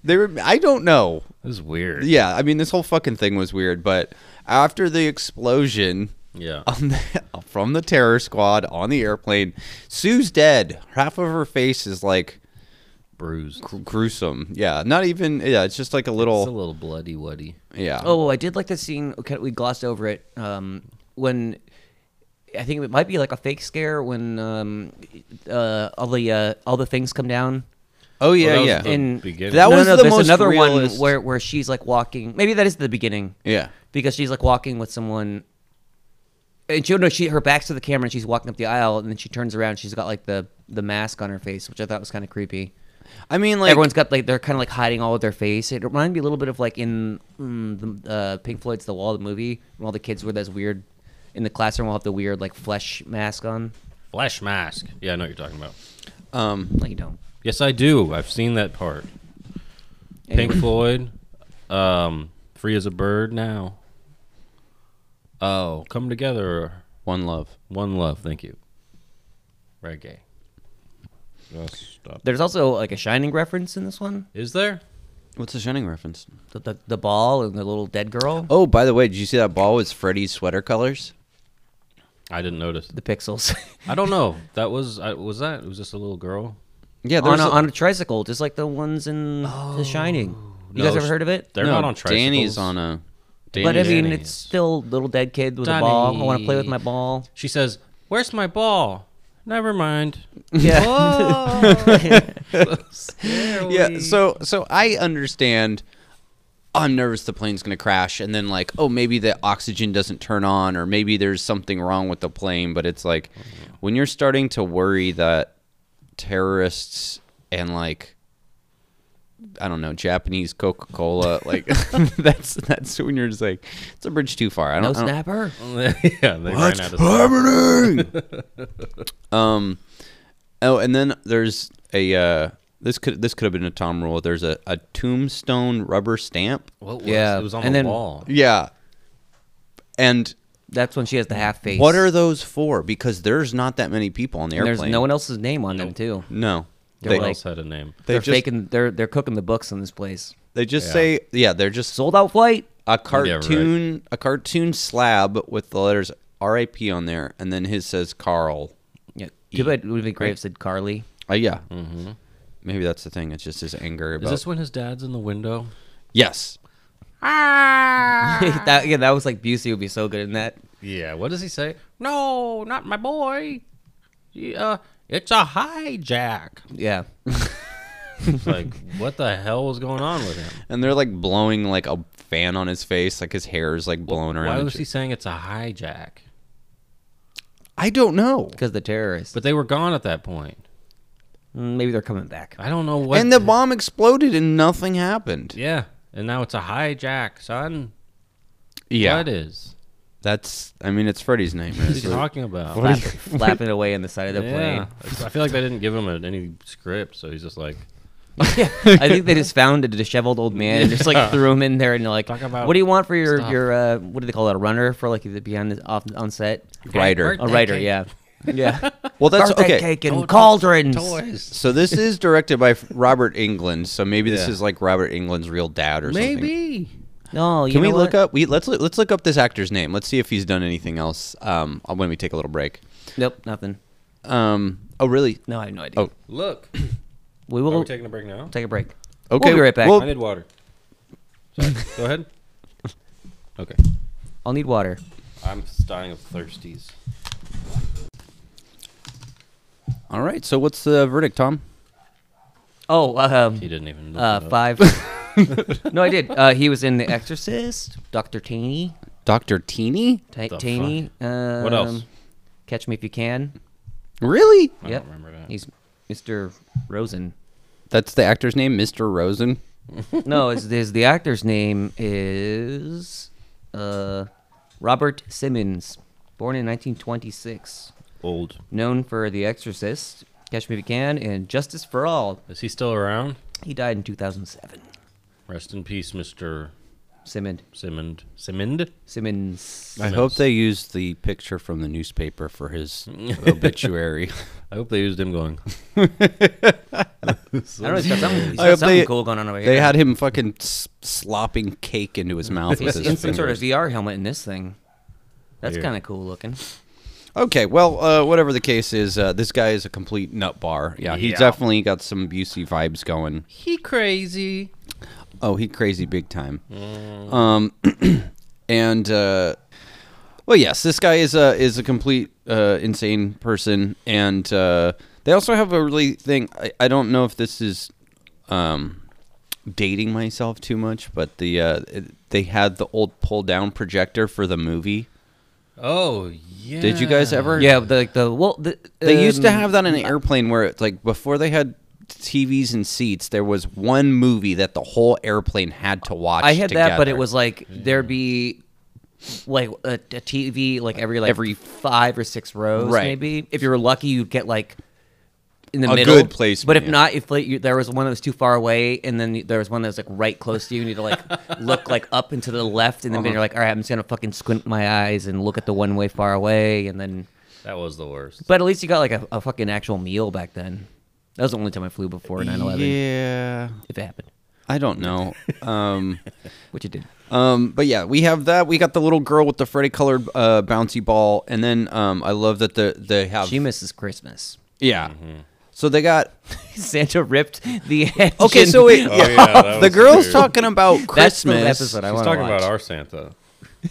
they were I don't know. It was weird. Yeah, I mean this whole fucking thing was weird, but after the explosion, Yeah. on the, <laughs> from the terror squad on the airplane. Sue's dead. Half of her face is like Bruised. gr- gruesome. Yeah, not even. Yeah, it's just like a It's a little. little bloody woody. Yeah. Oh, I did like the scene. Okay, we glossed over it. Um, when I think it might be like a fake scare when um, uh, all the uh, all the things come down. Oh yeah, Well, that was yeah. the in- beginning. That no, was no, the there's most another realist- one where where she's like walking. Maybe that is the beginning. yeah. because she's like walking with someone and she no she her back's to the camera and she's walking up the aisle and then she turns around and she's got like the the mask on her face which i thought was kind of creepy I mean, like everyone's got like they're kind of like hiding all of their face it reminded me a little bit of like in mm, the uh, pink floyd's the wall the movie when all the kids were that's weird in the classroom all have the weird like flesh mask on Flesh mask. Yeah, I know what you're talking about. Um. like you don't Yes, I do. I've seen that part. Pink Floyd. Um, Free as a Bird now. Oh, come together. One love. One love. Thank you. Reggae. Yes, stop. there's also like a shining reference in this one Is there? What's the Shining reference? the, the, the ball and the little dead girl Oh, by the way, did you see that ball was Freddy's sweater colors? I didn't notice. the pixels <laughs> I don't know. That was I, was that? It was just a little girl. Yeah, on there's a, a, Oh, on a tricycle, just like the ones in The Shining. You No, guys ever sh- heard of it? They're no, not on tricycles. Danny's on a. Danny's, But I mean, Danny it's is. still little dead kid with a ball. I want to play with Danny. my ball. She says, "Where's my ball?" Never mind. yeah. So so I understand. "Oh, I'm nervous the plane's gonna crash, and then like, oh, maybe the oxygen doesn't turn on, or maybe there's something wrong with the plane. But it's like when you're starting to worry that terrorists and like. I don't know Japanese Coca Cola like <laughs> that's that's when you're just like it's a bridge too far. I don't, No I don't- snapper. <laughs> yeah, they ran out of <laughs> Um, Oh, and then there's a uh, this could this could have been a Tom rule. There's a, a tombstone rubber stamp. What was Yeah, it? was on and the then- wall. Yeah. And That's when she has the half face. what are those for? Because there's not that many people on the And airplane. there's no one else's name on them too. No. They're They, What like- else had a name? they They're just faking. They're they're cooking the books in this place. they just say yeah. They're just Sold out flight. a right. cartoon a cartoon slab with the letters R.I.P. on there, and then his says Carl. Yeah, too bad it would have been great if it said Carly. <laughs> Uh, yeah. Mm-hmm. Maybe that's the thing. It's just his anger about. Is this when his dad's in the window? yes. that yeah, that was like Busey would be so good in that. Yeah. What does he say? No, not my boy. Yeah, uh, it's a hijack. Yeah, It's <laughs> like, what the hell was going on with him? And they're like blowing like a fan on his face, like his hair is like blown around. Why and was shit. he saying it's a hijack? I don't know. because the terrorists. But they were gone at that point. Mm, Maybe they're coming <laughs> back. I don't know what. and the bomb exploded and nothing happened. Yeah, and now it's a hijack, son. What is? That's, I mean, it's Freddy's <laughs> nightmare. What are you talking about? Flap, flapping away on the side of the Yeah. plane. I feel like they didn't give him a, any script, so he's just like, <laughs> I think they just found a disheveled old man and just like threw him in there and like, Talk about what do you want for your stuff. your uh, what do they call it a runner for like the behind the, off on set Writer. a writer? <laughs> Yeah, yeah. Well, that's Birthday okay. cake and cauldrons. So this is directed by Robert England. So maybe this Yeah. is like Robert England's real dad or something. Maybe. No, you Can know we look what? up? We let's let's look up this actor's name. Let's see if he's done anything else. Um, when we take a little break. Nope, nothing. Um. Oh, really? No, I have no idea. Oh. Look. we Are will we taking a break now? take a break. Okay. we'll be right back. I need water. Sorry. <laughs> Go ahead. Okay. I'll need water. I'm dying of thirsties. all right. So what's the verdict, Tom? Oh, um, He didn't even. Look uh, it <laughs> up. five. <laughs> no, I did. Uh, he was in The Exorcist, Doctor Taney, Doctor Teeny? Ta- The Taney. Um, What else? Catch Me If You Can. Really? I yep. don't remember that. He's Mr. Rosen. That's the actor's name, Mr. Rosen. no, it's, it's the actor's name is uh, Robert Simmons, born in 1926, old. known for The Exorcist, Catch Me If You Can, and Justice for All. Is he still around? He died in 2007. Rest in peace, Mr. Simmons. Simmond. Simmond? Simmons. I hope they used the picture from the newspaper for his obituary. <laughs> I hope they used him going. I don't know. He's got something, he's I got hope something they- cool going on over here. They had him fucking s- slopping cake into his mouth with He's his in some sort of fingers. VR helmet in this thing. That's Here. kind of cool looking. Okay, well, uh, whatever the case is, uh, this guy is a complete nut bar. Yeah, he Yeah. definitely got some Busey vibes going. He crazy. Mm. Oh, he crazy big time. Um, <clears throat> and uh, well, yes, this guy is a is a complete uh, insane person, and uh, they also have a really thing. I, I don't know if this is um, dating myself too much, but the uh, it- they had the old pull down projector for the movie. Oh yeah. Did you guys ever? Yeah, the, like the well, the, They used to um, have that in an airplane where it's like before they had TVs and seats, there was one movie that the whole airplane had to watch. I had that, but it together. was like there'd be like a, a TV like every like Every- five or six rows, Right. maybe. If you were lucky, you'd get like in the A middle. good placement, But if yeah. not, if like, you, there was one that was too far away, and then you- there was one that was like right close to you, and you had to <laughs> like look like up and to the left, Uh-huh. and then you're like, all right, I'm just gonna fucking squint my eyes and look at the one way far away, and then. That was the worst. But at least you got like a, a fucking actual meal back then. That was the only time I flew before 9/11, Yeah, if it happened, I don't know. um, which it did. um, but yeah, we have that. We got the little girl with the Freddy colored uh, bouncy ball, and then um, I love that the they have She Mm-hmm. misses Christmas. yeah. So they got Santa ripped <laughs> the engine. okay. So wait, Oh, yeah, that <laughs> the was girl's weird. talking about That's the Christmas. episode I He's want talking to watch. about our Santa.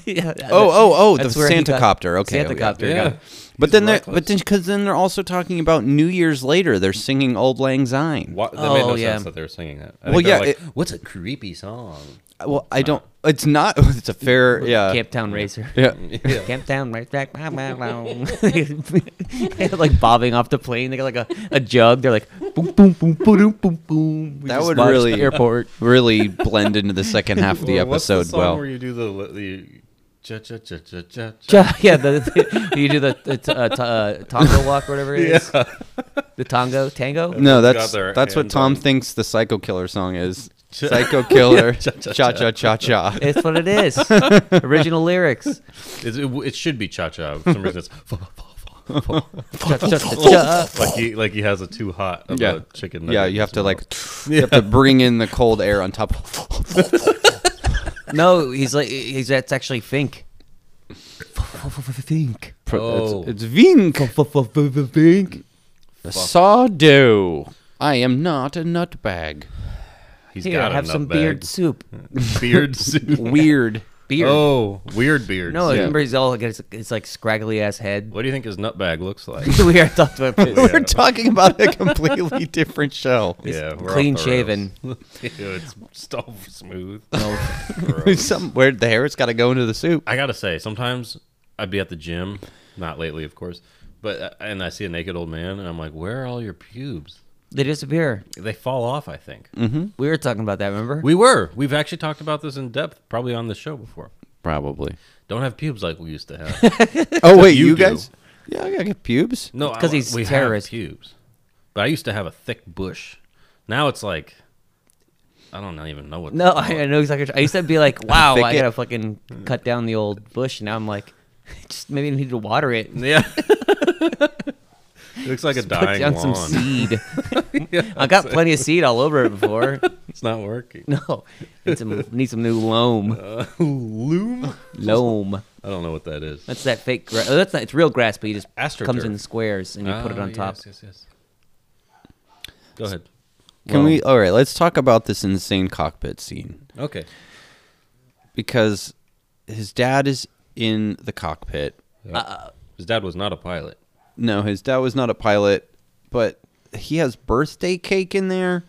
yeah, yeah, Oh, oh, oh! The that's where he Santa got- copter. Okay, Santa yeah. copter. Yeah. got- But then, they're, reckless. but then, because then they're also talking about New Year's later. They're singing "Old Lang Syne." Wha- that made Oh, no yeah. sense that they were singing that. I Well, think they yeah, were like, it- What's a creepy <laughs> song? Uh, Well, I don't. It's not. <laughs> It's a fair. Yeah. Camp Town Racer. Yeah. <laughs> Camp Town Racer. back, blah, blah, blah. They're, <laughs> like bobbing off the plane. They got like a, a jug. They're like boom, boom, boom, boom, boom, boom. We That just would launched really- the airport. Really blend into the second half of the Well, what's episode the song well. where you do the the cha cha cha cha cha cha. <laughs> Yeah, yeah, the, the- you do the, the t- uh, t- uh, tango walk, or whatever it is. The tango, tango. no, Everyone's that's got their that's what hands Tom on- thinks the Psycho Killer song <laughs> is. Psycho Killer, cha cha cha cha. It's what it <laughs> is. Original lyrics. It's- It, it should be cha cha. For some reason, it's fa- fa- fa- fa- Cha- cha- cha- cha. like he like he has a too hot of Yeah. a chicken. Yeah, nugget you have to smell. like, <laughs> you have to bring in the cold air on <laughs> top. No, he's like he's that's actually Fink. Fink. Oh. It's, it's Vink. Fink. Sawdo. I am not a nutbag. He's Here, got a have some nutbag. beard soup. <laughs> Beard soup. Weird. <laughs> Beard. Oh, weird beard. no, soup. remember he's all like it's, it's like scraggly ass head. What do you think his nutbag looks <laughs> like? <laughs> we are talked about this. We're talking about a <laughs> completely different show. yeah, we're off clean the rails. shaven. <laughs> Ew, it's so smooth. Some where the hair's got to go into the soup. I gotta say, sometimes I'd be at the gym, not lately, of course, but uh, and I see a naked old man, and I'm like, "Where are all your pubes? They disappear. They fall off." I think We were talking about that. Remember? we were. We've actually talked about this in depth, probably on the show before. Probably. Don't have pubes like we used to <laughs> have. Oh wait, you you, do. guys? Yeah, I got pubes. No, 'cause I- he's we terrorist. Have pubes, but I used to have a thick bush. Now it's like, I don't even know what. no, I, I know exactly. what- I used to <laughs> be like, wow, I Thicket. gotta fucking cut down the old bush. Now I'm like, <laughs> just maybe I need to water it. and <laughs> Yeah. <laughs> it looks like a Put dying down lawn. some <laughs> seed. <laughs> I got plenty of seed all over it before. <laughs> It's not working. No, need some need some new loam. Uh, Loom. loam. I don't know what that is. That's that fake. Gra- oh, that's not. It's real grass, but you just comes in AstroTurf. squares and you put it Ah, on top. Yes, yes, yes. Go ahead. Can we? All right, let's talk about this insane cockpit scene Okay. because his dad is in the cockpit. His dad was not a pilot. No, his dad was not a pilot, but he has birthday cake in there.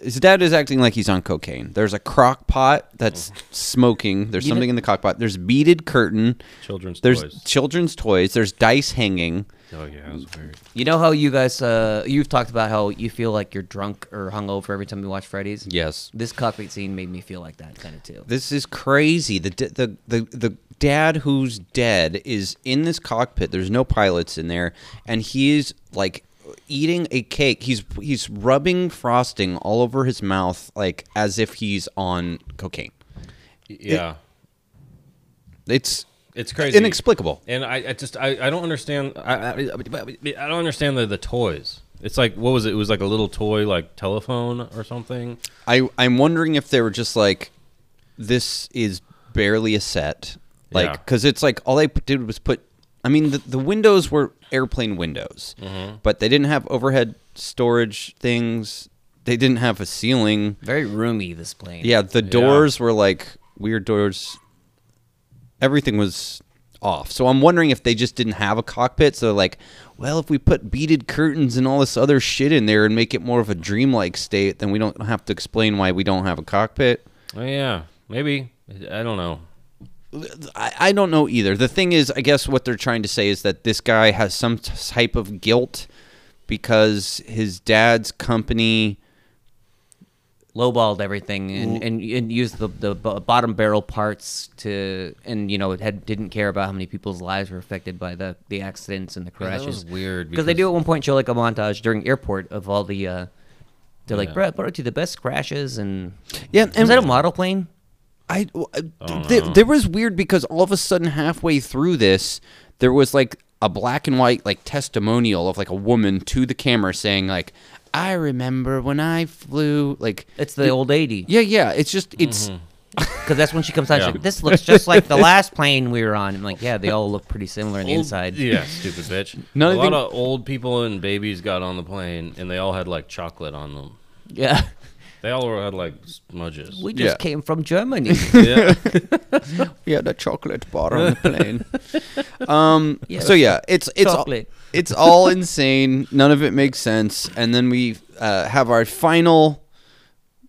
His dad is acting like he's on cocaine. There's a crock pot that's Oh. smoking. There's You know- something in the crock pot. There's beaded curtain. Children's There's toys. children's toys. There's dice hanging. Oh yeah, that was weird. You know how you guys uh you've talked about how you feel like you're drunk or hungover every time you watch Freddy's. Yes. This cockpit scene made me feel like that kind of too. This is crazy. The, d- the the the dad who's dead is in this cockpit. There's no pilots in there, and he's like eating a cake. He's he's rubbing frosting all over his mouth, like as if he's on cocaine. Yeah, It's it's crazy. inexplicable. And I, I just I, I don't understand I, I, I don't understand the, the toys. It's like what was it? It was like a little toy like telephone or something. I I'm wondering if they were just like, this is barely a set. like Yeah. because it's like all they p- did was put. I mean, the, the windows were airplane windows, but they didn't have overhead storage things. They didn't have a ceiling. Very roomy this plane. Yeah, the doors were like weird doors. Everything was off. So I'm wondering if they just didn't have a cockpit. So they're like, well, if we put beaded curtains and all this other shit in there and make it more of a dreamlike state, then we don't have to explain why we don't have a cockpit. Oh, yeah, maybe. I don't know. I, I don't know either. The thing is, I guess what they're trying to say is that this guy has some t- type of guilt because his dad's company. lowballed everything and, and, and used the, the b- bottom barrel parts to and you know it had didn't care about how many people's lives were affected by the the accidents and the that crashes was weird because they because- do at one point show like a montage during airport of all the uh they're like Yeah. bro brought to the best crashes and Yeah, is that a model plane I, w- I- th- there was weird because all of a sudden halfway through this, there was like a black and white like testimonial of like a woman to the camera saying like, "I remember when I flew like." it's the old 80 yeah, yeah. It's just it's because that's when she comes out she's Yeah. like, this looks just <laughs> like the last plane we were on i'm like yeah they all look pretty similar on the Old- inside Yeah, stupid <laughs> bitch. Another a lot thing- of old people and babies got on the plane, and they all had like chocolate on them. yeah <laughs> They all had like smudges. we just Yeah. came from <laughs> germany <laughs> yeah, we had a chocolate bar <laughs> on the plane. Um, Yeah. So yeah, it's it's all, Chocolate. it's all insane. None of it makes sense. And then we uh, have our final,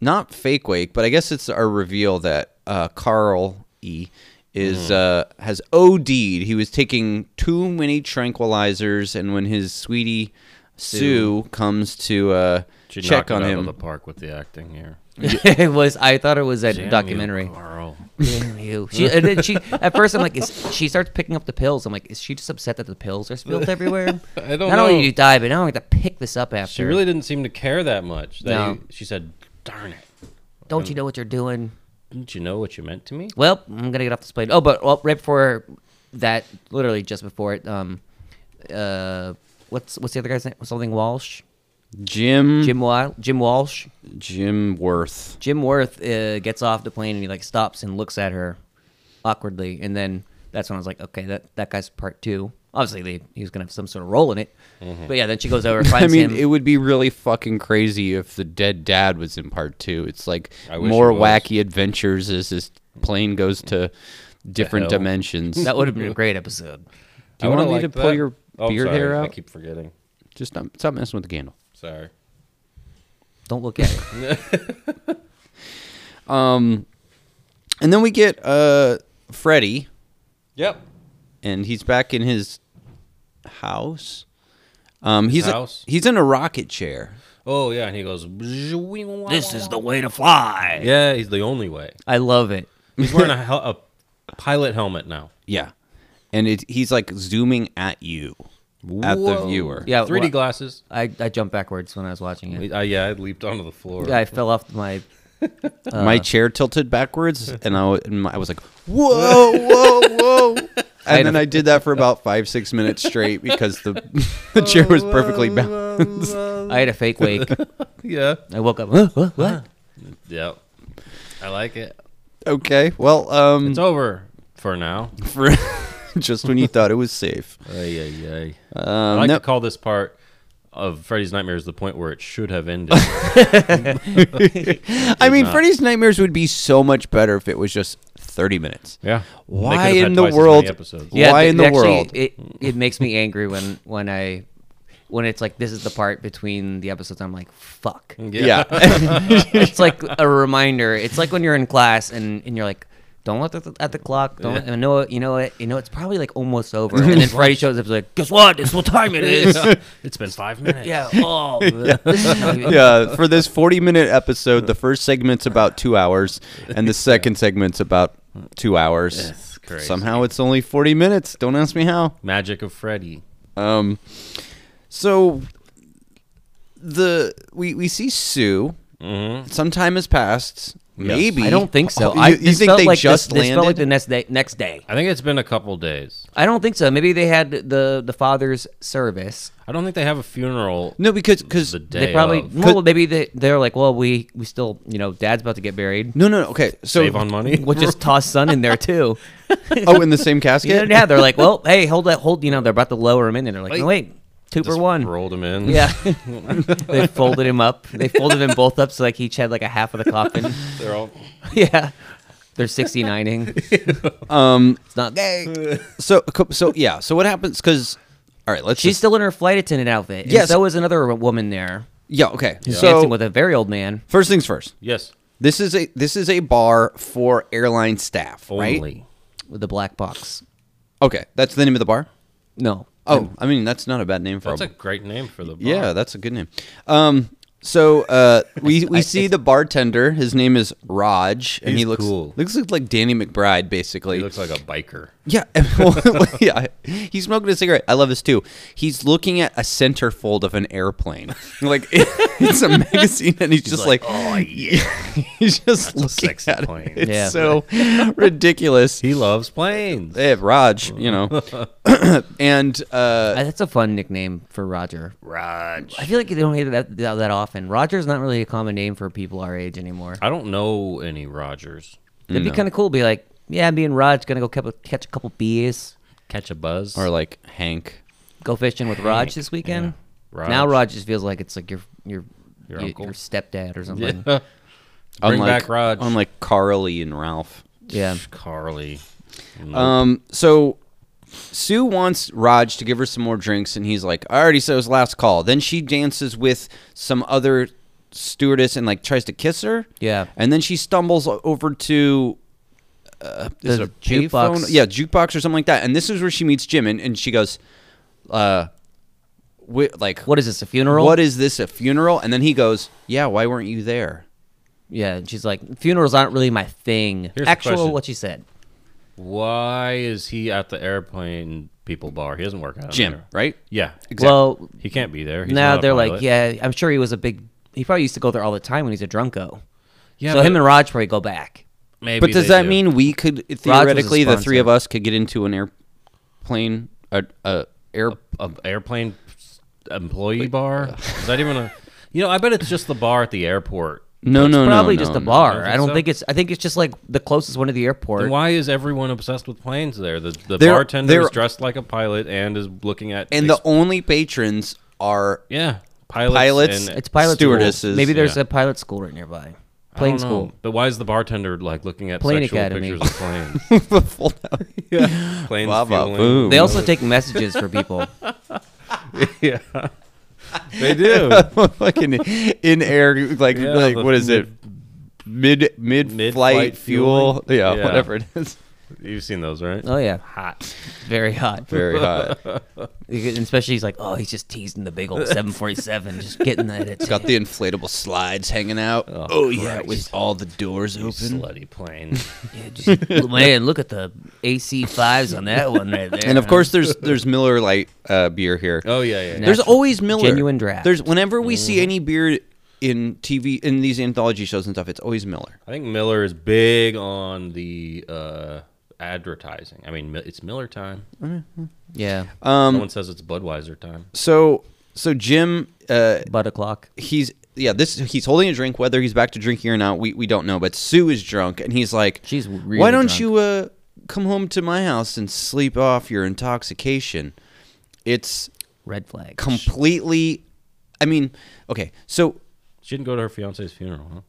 not fake wake, but I guess it's our reveal that uh, Carl E is uh, has OD'd. He was taking too many tranquilizers, and when his sweetie Sue comes to uh, She check knocked it on out of him, the park with the acting here. it was i thought it was a Damn you, documentary <laughs> Carl. Damn you. She, and then she, at first, I'm like, is, she starts picking up the pills. I'm like, is she just upset that the pills are spilled everywhere? <laughs> I don't Not only know. did you die, but now I have to pick this up after. She really didn't seem to care that much. That No. he- she said, "Darn it! Don't you know what you're doing? Didn't you know what you meant to me?" Well, I'm gonna get off this plane. Oh, but well, right before that, literally just before it, um, uh, what's what's the other guy's name? Something Walsh. Jim Jim Jim Wa- Jim Walsh. Jim Worth. Jim Worth uh, gets off the plane and he like stops and looks at her awkwardly, and then that's when I was like, okay, that that guy's part two. Obviously, they, he was gonna have some sort of role in it. But yeah, then <laughs> she goes over, Mm-hmm. I finds mean, him. it would be really fucking crazy if the dead dad was in part two. It's like I wish more it was. wacky adventures as this plane goes to different hell? dimensions. that would have been a great episode. Do you I want would've me to liked pull that. your Oh, beard sorry. hair I out? keep forgetting. Just stop, stop messing with the candle. Sorry. Don't look at it. And then we get uh Freddy, Yep. and he's back in his house. Um, he's a- house? he's in a rocket chair. Oh yeah, and he goes. this is the way to fly. Yeah, he's the only way. I love it. He's wearing a, hel- a pilot helmet now. Yeah, and it, he's like zooming at you, at the viewer. Yeah, 3D well, glasses. I, I jumped backwards when I was watching it. Uh, yeah, I leaped onto the floor. Yeah, I fell off my. Uh, my chair tilted <laughs> backwards, and I, w- and my- I was like, "Whoa, whoa, <laughs> whoa!" And then I did that for about five, six minutes straight because <laughs> the <laughs> the chair was perfectly balanced. I had a <laughs> fake wake. yeah. I woke up. "Huh? Huh? what? Yep. I like it. Okay, well, um, <laughs> It's over for now. for- just when you thought it was safe, Ay, ay, ay. I like Um, no- to call this part of Freddy's Nightmares the point where it should <laughs> have ended. I mean, Freddy's Nightmares would be so much better if it was just thirty minutes. yeah. Why They could have had in the twice as many world- Episodes. Yeah. Why in the actually, world? It, it makes me angry when when I when it's like this is the part between the episodes. I'm like, fuck. Yeah, <laughs> <laughs> It's like a reminder. It's like when you're in class and, and you're like, don't look at the, at the clock. Don't I know you know it. You know it's probably like almost over. <laughs> And then Friday shows up. he's like, guess what? It's what time it is. <laughs> It's been five minutes. <laughs> yeah. Oh. <laughs> yeah. For this forty-minute episode, the first segment's about two hours, and <laughs> the second segment's about two hours. That's crazy. Somehow it's only forty minutes. Don't ask me how. Magic of Freddy. Um, so Hmm? Mm-hmm. the we we see Sue. Some time has passed. Maybe Oh, I don't think so. You, I you this think felt they like just this, this felt like landed? the next day. Next day, I think it's been a couple days. I don't think so. Maybe they had the the father's service. I don't think they have a funeral. no, because because the day They probably of. well, maybe they they're like, well, we we still you know, dad's about to get <laughs> buried. no, no, no. Okay, so save on money. We'll just toss son in there too. oh, in the <laughs> same casket. Yeah, yeah, they're like, well, hey, hold that, hold. You know, they're about to lower him in, and they're like, Wait. no, wait, two for <laughs> Just one. Rolled him in. <laughs> Yeah, they folded him up. They folded him both up so like each had like a half of the coffin. They're all. <laughs> yeah, they're <laughs> sixty nining. um, it's not gay. So so yeah. So what happens? Because all right, let's She's just- still in her flight attendant outfit. And Yes. so is another woman there yeah. Okay. dancing So with a very old man. first things first. <laughs> Yes. This is a this is a bar for airline staff, right? Only. with the black box. Okay, that's the name of the bar. No. Oh, I mean that's not a bad name for That's a a great name for the bar. Yeah, that's a good name. Um, so <laughs> uh, we we see the bartender. His name is Raj, and he He's looks cool. looks like Danny McBride, basically. He looks like a biker. yeah, <laughs> well, yeah. He's smoking a cigarette. I love this too. He's looking at a centerfold of an airplane, <laughs> like it's a magazine, and he's, just like, <laughs> oh yeah. he's just looking sexy at plane. it. It's Yeah. so ridiculous. He loves planes. Hey, Raj, you <laughs> know, <coughs> and uh, Uh, That's a fun nickname for Roger. Raj. I feel like you don't hear that that, that often. Roger's not really a common name for people our age anymore. I don't know any Rogers. It'd be kind of cool. to Be like, yeah, me and Raj gonna go couple, catch a couple beers, Catch a buzz. <laughs> or like Hank. go fishing with Raj this weekend. Raj. Now Raj just feels like it's like your your Your your, uncle. your stepdad or something. Yeah. Bring back Raj. Unlike Carly and Ralph. <laughs> Yeah. Carly. Um, so Sue wants Raj to give her some more drinks, and he's like, "I already said it was last call." Then she dances with some other stewardess and like tries to kiss her. Yeah. and then she stumbles o- over to. Uh, is The it a payphone? jukebox. Yeah, jukebox or something like that. And this is where she meets Jim, and, and she goes, uh, wi- like, What is this? A funeral? what is this, a funeral? And then he goes, yeah, why weren't you there? Yeah. And she's like, funerals aren't really my thing. the Actual question. what she said. Why is he at the airplane people bar? He doesn't work out. Jim, there. right? Yeah. Well, He can't be there. He's now not a they're like, pilot. yeah, I'm sure he was a big. He probably used to go there all the time when he's a drunko. Yeah. so him and Raj. Raj probably go back. Maybe But does they that do. mean we could theoretically the three of us could get into an airplane a, a air a airplane employee bar? Is that even a? You know, I bet it's just the bar at the airport. no no no probably no, just a no. bar. think I don't so? think it's. I think it's just like the closest one to the airport. Then why is everyone obsessed with planes there? The, the They're- bartender they're- is dressed like a pilot and is looking at And the only patrons are <laughs> yeah pilots. Pilots. and, It's pilot Stewardesses, School. Maybe there's yeah. a pilot school right nearby. I don't Plane know. school. But why is the bartender like looking at Plane sexual academy. pictures of planes? full down. planes Bah, bah, fueling. boom. <laughs> They also take messages for people. They do. <laughs> <laughs> fucking in air like Yeah, like the what is it mid mid flight Mid-flight fuel fueling? yeah, Yeah. whatever it is You've seen those, right? Oh yeah, hot, very hot. very hot You get- Especially he's like, oh, he's just teasing <laughs> the big old 747, just getting that. It's got the inflatable slides hanging out oh, yeah Christ. with all the doors open Slutty plane. <laughs> man. Look at the AC fives on that one right there. and of course there's there's Miller Lite uh, beer here oh yeah, yeah. yeah. There's Natural. always Miller. Genuine draft. Mm-hmm. There's whenever we see any beer in TV in these anthology shows and stuff, it's always Miller. I think Miller is big on the uh, advertising. I mean, Mi- it's Miller time. yeah, uh, Someone says it's Budweiser time. So so Jim, uh, butt o'clock. he's yeah this he's holding a drink. Whether he's back to drinking or not, we we don't know. But Sue is drunk, and he's like, She's really why don't drunk." you uh come home to my house and sleep off your intoxication?" It's Red flag. completely. I mean, okay, so. She didn't go to her fiance's funeral, huh?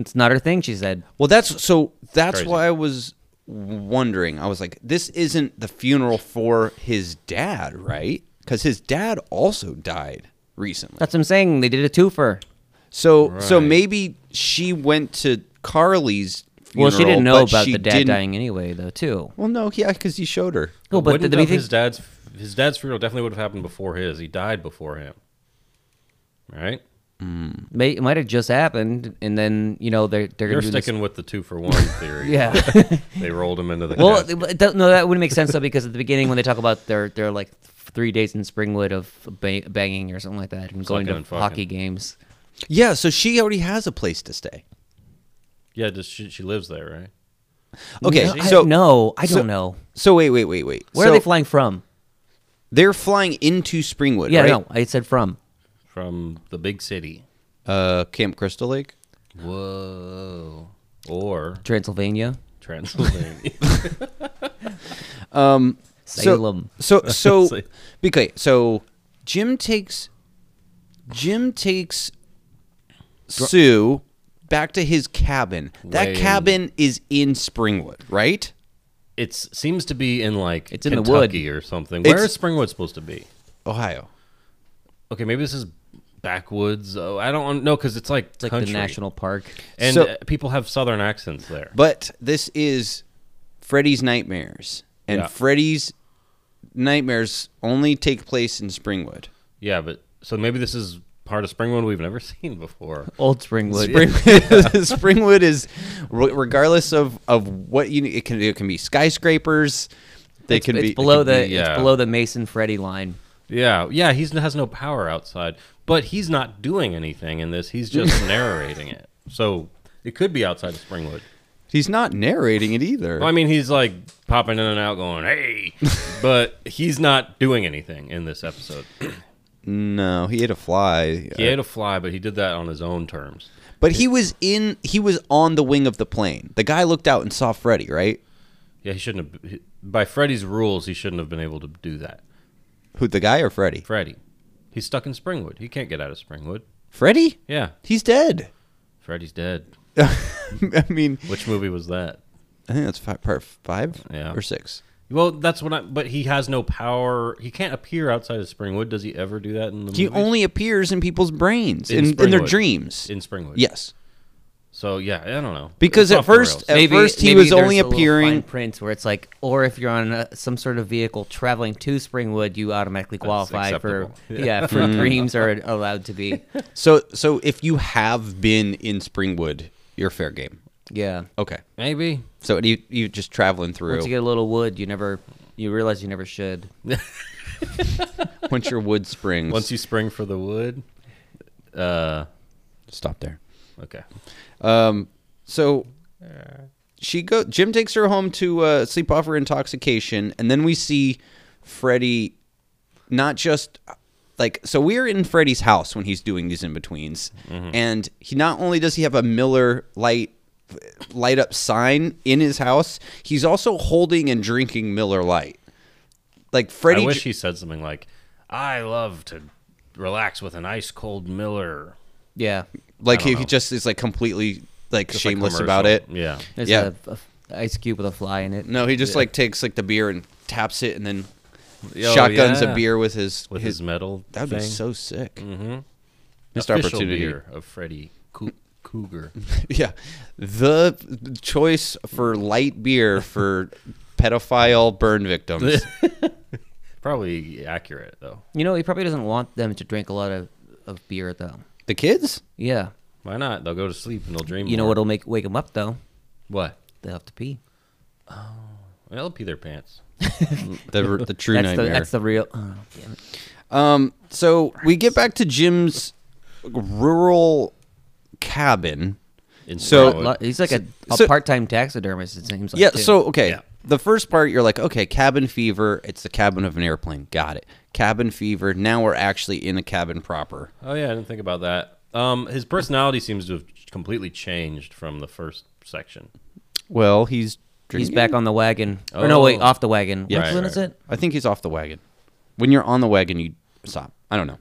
It's not her thing. She said. Well, that's so. That's Crazy. why I was wondering. I was like, this isn't the funeral for his dad, right? Because his dad also died recently. That's what I'm saying. They did a twofer. so, so Right. maybe she went to Carly's. Funeral, Well, she didn't know but about she the dad didn't- dying anyway, though. Too. Well, no, yeah, because he showed her. Well, Oh, but Wouldn't the, have the, his dad's his dad's funeral definitely would have happened before his. He died before him, right? may, it might have just happened, and then you know they're they're You're gonna do this- sticking with the two for <laughs> one theory. <laughs> Yeah. they rolled him into the. Well, casket. it- it doesn't- no, that wouldn't make sense though, because at the beginning when they talk about their their like three days in Springwood of ba- banging or something like that, and Sucking going to and fucking. hockey games. Yeah, so she already has a place to stay. Yeah, just she, she lives there, right? Okay, No, I- so no, I so- don't know. so wait, wait, wait, wait. Where So are they flying from? They're flying into Springwood, Yeah, right? no, I said from. From the big city. Uh, Camp Crystal Lake. Whoa. Or Transylvania, <laughs> Transylvania. Salem. <laughs> So so Say- because so Jim takes Jim takes Sue back to his cabin. That Wait. cabin is in Springwood, right? it seems to be in like It's in the Kentucky wood. or something. Where It's- is Springwood supposed to be? Ohio. Okay, maybe this is backwoods. Oh, I don't know because it's like It's like the country. national park. and So- uh, people have southern accents there. But this is Freddy's Nightmares. And Yeah. Freddy's Nightmares only take place in <laughs> Springwood. <laughs> yeah, but so maybe this is part of Springwood we've never <laughs> seen before. Old Springwood. Spring, Springwood is, re- regardless of, of what you it can it can be skyscrapers. They it's, can it's be it below can the be- yeah. it's below the Mason Freddy line. Yeah, yeah, he's has no power outside, but he's not doing anything in this. <laughs> He's just narrating it. So it could be outside of Springwood. he's not narrating it either. Well, I mean, he's like popping in and out, <laughs> going "Hey," but he's not doing anything in this episode. no, he ate a fly. He had a fly, but he did that on his own terms. But he was in. He was on the wing of the plane. The guy looked out and saw Freddy. Right? Yeah, he shouldn't have. he- By Freddy's rules, he shouldn't have been able to do that. Who the guy or Freddy? Freddy, he's stuck in Springwood. He can't get out of Springwood. Freddy? Yeah, He's dead. <laughs> Freddy's dead. I mean, Which movie was that? I think that's fi- part five Yeah. or six. Well, that's what I. But he has no power. He can't appear outside of Springwood. Does he ever do that in the He movies? only appears in people's brains In in, in their Springwood. dreams. in Springwood. yes, So yeah, I don't know. Because It's at off the first- rails. at- first he was there's only a little appearing- fine print where it's like, or if you're on a, some sort of vehicle traveling to Springwood, you automatically qualify for <laughs> acceptable. yeah Mm. for dreams are allowed <laughs> to be So so if you have been in Springwood, you're fair game. yeah. Okay. maybe So you you just traveling through Once once, you get a little wood, you never you realize you never should. your <laughs> wood springs. once you spring for the wood. Uh, stop there. okay. So she go Jim takes her home to uh, sleep off her intoxication, and then we see Freddy not just like so we're in Freddy's house when he's doing these in betweens, Mm-hmm. and he not only does he have a Miller light light up sign in his house, he's also holding and drinking Miller Light. Like Freddy, I wish j- he said something like, "I love to relax with an ice cold Miller." Yeah, like he, don't he know. just is like completely like Just a shameless commercial. Mm. about it. Yeah. there's Yeah. a, a f- ice cube with a fly in it. No, he just like takes like the beer and taps it, and then <laughs> Yo, shotguns yeah. a beer with his with his, metal. That'd thing. be so sick. Mm-hmm. Missed Official opportunity. beer of Freddy Coo- <laughs> Cougar. <laughs> Yeah, the choice for light beer <laughs> for pedophile burn victims. Probably accurate though. You know, he probably doesn't want them to drink a lot of, of beer though. the kids? Yeah, Why not? They'll go to sleep and they'll dream. you know more. what'll make wake them up though? What? They'll have to pee. They'll pee their pants. The the true That's nightmare. Um, the that's the real. oh, damn it. so we get back to Jim's rural cabin. In So- Springwood. But- Lo- he's like a, a so- part-time taxidermist. It seems like Yeah. too. So okay, Yeah. the first part you're like, okay, cabin fever. It's the cabin of an airplane. Got it. Cabin fever. Now we're actually in a cabin proper. oh yeah, I didn't think about that. Um, his personality seems to have completely changed from the first section. Well, he's he's drinking? back on the wagon. Or no, wait, Oh. off the wagon. Which Right, one right. is it? I think he's off the wagon. When you're on the wagon, you stop. I don't know.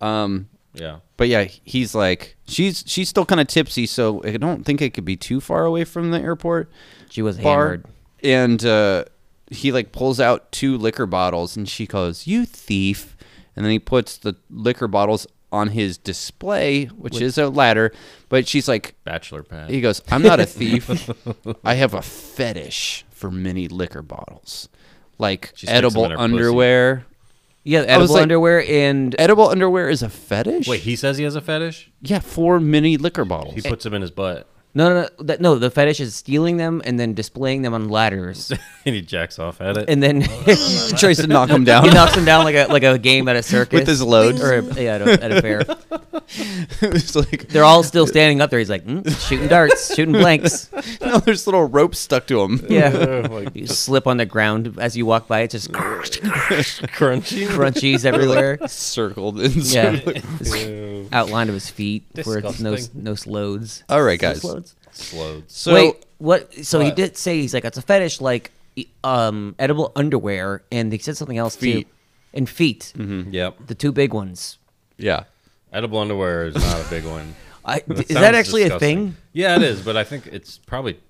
Yeah. But yeah, he's like she's she's still kind of tipsy, so I don't think it could be too far away from the airport She was bar. hammered. And uh, he like pulls out two liquor bottles, and she goes, "You thief!" And then he puts the liquor bottles on his display, which is a ladder. But she's like, Bachelor pad. he goes, I'm <laughs> not a thief. I have a fetish for mini liquor bottles, like She sticks 'em in edible her pussy. underwear. Yeah, was edible like- underwear and Edible underwear is a fetish. Wait, he says he has a fetish. yeah, four mini liquor bottles. He puts him in his butt <laughs> no, no, no, that, no. The fetish is stealing them and then displaying them on ladders, and he jacks off at it. and then <laughs> he <laughs> <laughs> tries to knock him down. knocks them down like a like a game at a circus his load. or a, yeah, at a, at a fair. it was like They're all still standing up there. He's like "Mm, shooting darts, shooting blanks. no, there's little ropes stuck to him. <laughs> Yeah. Oh You slip on the ground as you walk by. It's <laughs> just Crunchy. <laughs> crunchies everywhere. Circled in <laughs> Yeah. circle. Ew. Outline of his feet where it's no Disgusting. no slodes. All right, guys. Slodes? Slodes. So Wait, what? So he What? did say he's like it's a fetish, like e- um, edible underwear, and he said something else Feet. Mm-hmm. too, and feet, Yep. the two big ones. yeah, Edible underwear is not a big one. I, And is that sounds actually a disgusting. thing? Yeah, it is, but I think it's probably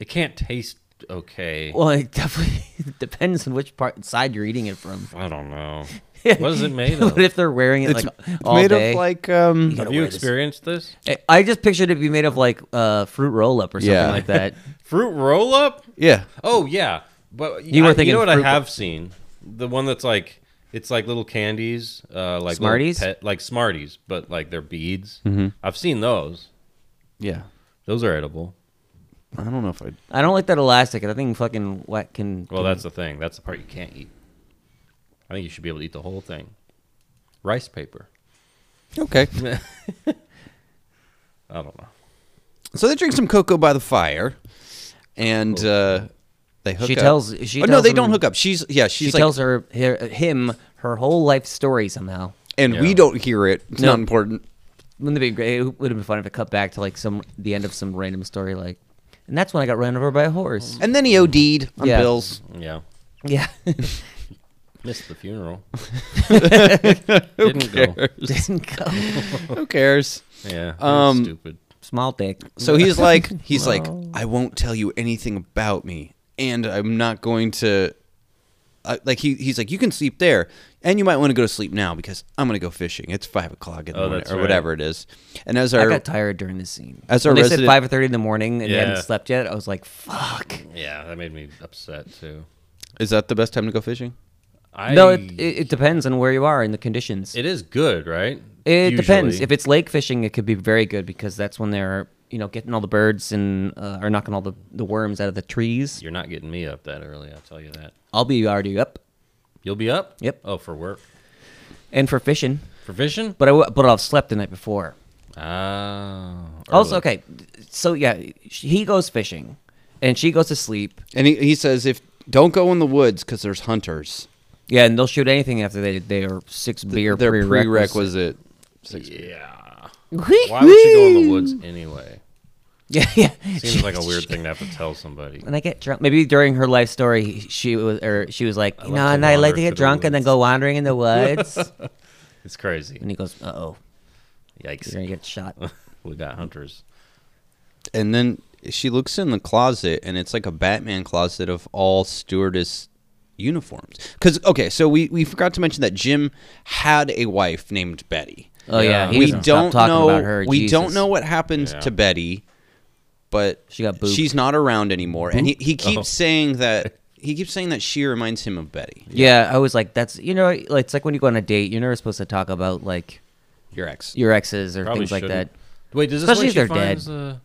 it can't taste okay. Well, it definitely <laughs> depends on which part side you're eating it from. <laughs> I don't know. What is it made of? What if they're wearing it it's like all made day? of like um. Have you experienced this? I- I just pictured it be made of like uh, fruit roll up or something Yeah. like that. Fruit roll up? Yeah, Oh yeah, but You were I- thinking You know what I fruit- have seen? The one that's like it's like little candies, uh, like little Smarties? Mm-hmm. pet, like Smarties, but like they're beads. I've seen those. yeah. Those are edible. I don't know if I. I don't like that elastic. and I think fucking what can. Well, that's the thing. That's the part you can't eat. I think you should be able to eat the whole thing. Rice paper. Okay, I don't know. so they drink some cocoa by the fire, and uh, they hook Oh. She up. tells- she oh, no, tells they him- don't hook up. She's yeah. she She's like, tells her, her him her whole life story somehow. and we Yeah. don't hear it. It's No. not important. Wouldn't it be great? It would have been fun if it cut back to like some the end of some random story, like, and that's when I got run over by a horse. And then he OD'd on Yeah. bills. Yeah. <laughs> Yeah, Missed the <laughs> funeral. Didn't go. didn't go. Who cares? Yeah. Um, Um, stupid. Small dick. So <laughs> he's like, he's like, I won't tell you anything about me, and I'm not going to. I like he, he's like, you can sleep there, and you might want to go to sleep now because I'm going to go fishing. It's five o'clock in the Oh, morning that's or right. whatever it is. And as I our got tired during this scene. As when our they said resident- five or thirty in the morning and we Yeah. hadn't slept yet, I was like, fuck. Yeah, that made me upset too. is that the best time to go fishing? I, no, it, it, it depends on where you are and the conditions. It, it is good, right? depends. Usually. If it's lake fishing, it could be very good because that's when they're you know getting all the birds and uh, are knocking all the, the worms out of the trees. you're not getting me up that early, I'll tell you that. I'll be already up. You'll be up. Yep. Oh, for work, and for fishing. for fishing. But I w- but I've slept the night before. Ah. Also, early. okay, so yeah, sh- he goes fishing, and she goes to sleep. And he, he says, if don't go in the woods because there's hunters. Yeah, and they'll shoot anything after they they are six beer They're prerequisite. prerequisite. Yeah. <laughs> Why would you go in the woods anyway? <laughs> yeah, yeah. Seems like a <laughs> weird thing to have to tell somebody. When I get drunk, maybe during her life story, she was or she was like, you love know, to and I like wander to through get the drunk and then woods." go wandering in <laughs> the woods. It's crazy. and he goes, uh oh, Yikes. you're gonna <laughs> get shot. we got hunters. And then she looks in the closet, and it's like a Batman closet of all stewardess uniforms. Because okay, so we we forgot to mention that Jim had a wife named Betty. Oh yeah, he we doesn't don't stop talking know. about her. we don't Jesus. know what happened Yeah. to Betty, but She got booped. she's not around anymore. And he, he keeps Oh. saying <laughs> that he keeps saying that she reminds him of Betty, Yeah, I was like, that's you know, like, it's like when you go on a date, you're never supposed to talk about like your ex. your exes or Probably things like that. shouldn't. Wait, does this Especially Especially if she they're finds, uh,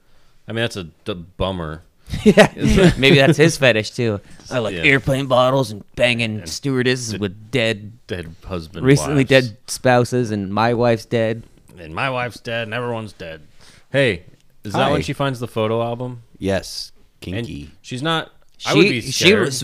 I mean, that's a d- bummer. Yeah, maybe that's his <laughs> fetish too. I like yeah. airplane bottles and banging stewardesses with dead, Dead husband. recently wives. dead spouses, and my wife's dead. And my wife's dead, and everyone's dead. Hey, is that Hi. when she finds the photo album? Yes, And kinky. she's not. She, I would be she scared. was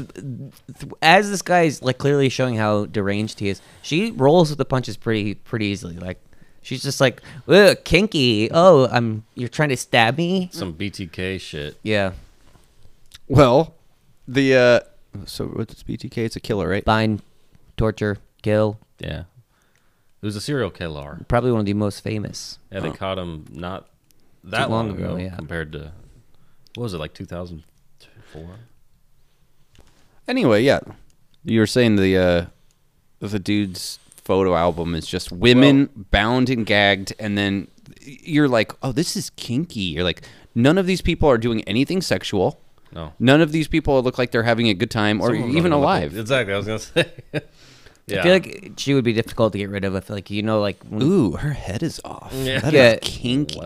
as this guy's like clearly showing how deranged he is. She rolls with the punches pretty pretty easily. Like she's just like Ugh, kinky. Oh, I'm you're trying to stab me. some BTK shit. Yeah, well, the uh, so what's BTK? It's a killer, right? bind, torture, kill. Yeah. It was a serial killer. Probably one of the most famous. Yeah, they caught him not that Too long, long ago, ago, yeah. compared to what was it like 2004? Anyway, yeah, you were saying the uh, the dude's photo album is just women bound and gagged, and then you're like, oh, this is kinky. You're like, none of these people are doing anything sexual. No. None of these people look like they're having a good time or Someone even doesn't look alive. like- Exactly, I was gonna <laughs> say. yeah. I feel like she would be difficult to get rid of. I feel like you know, like when- Ooh, her head is off. Yeah. That is Yeah. kinky.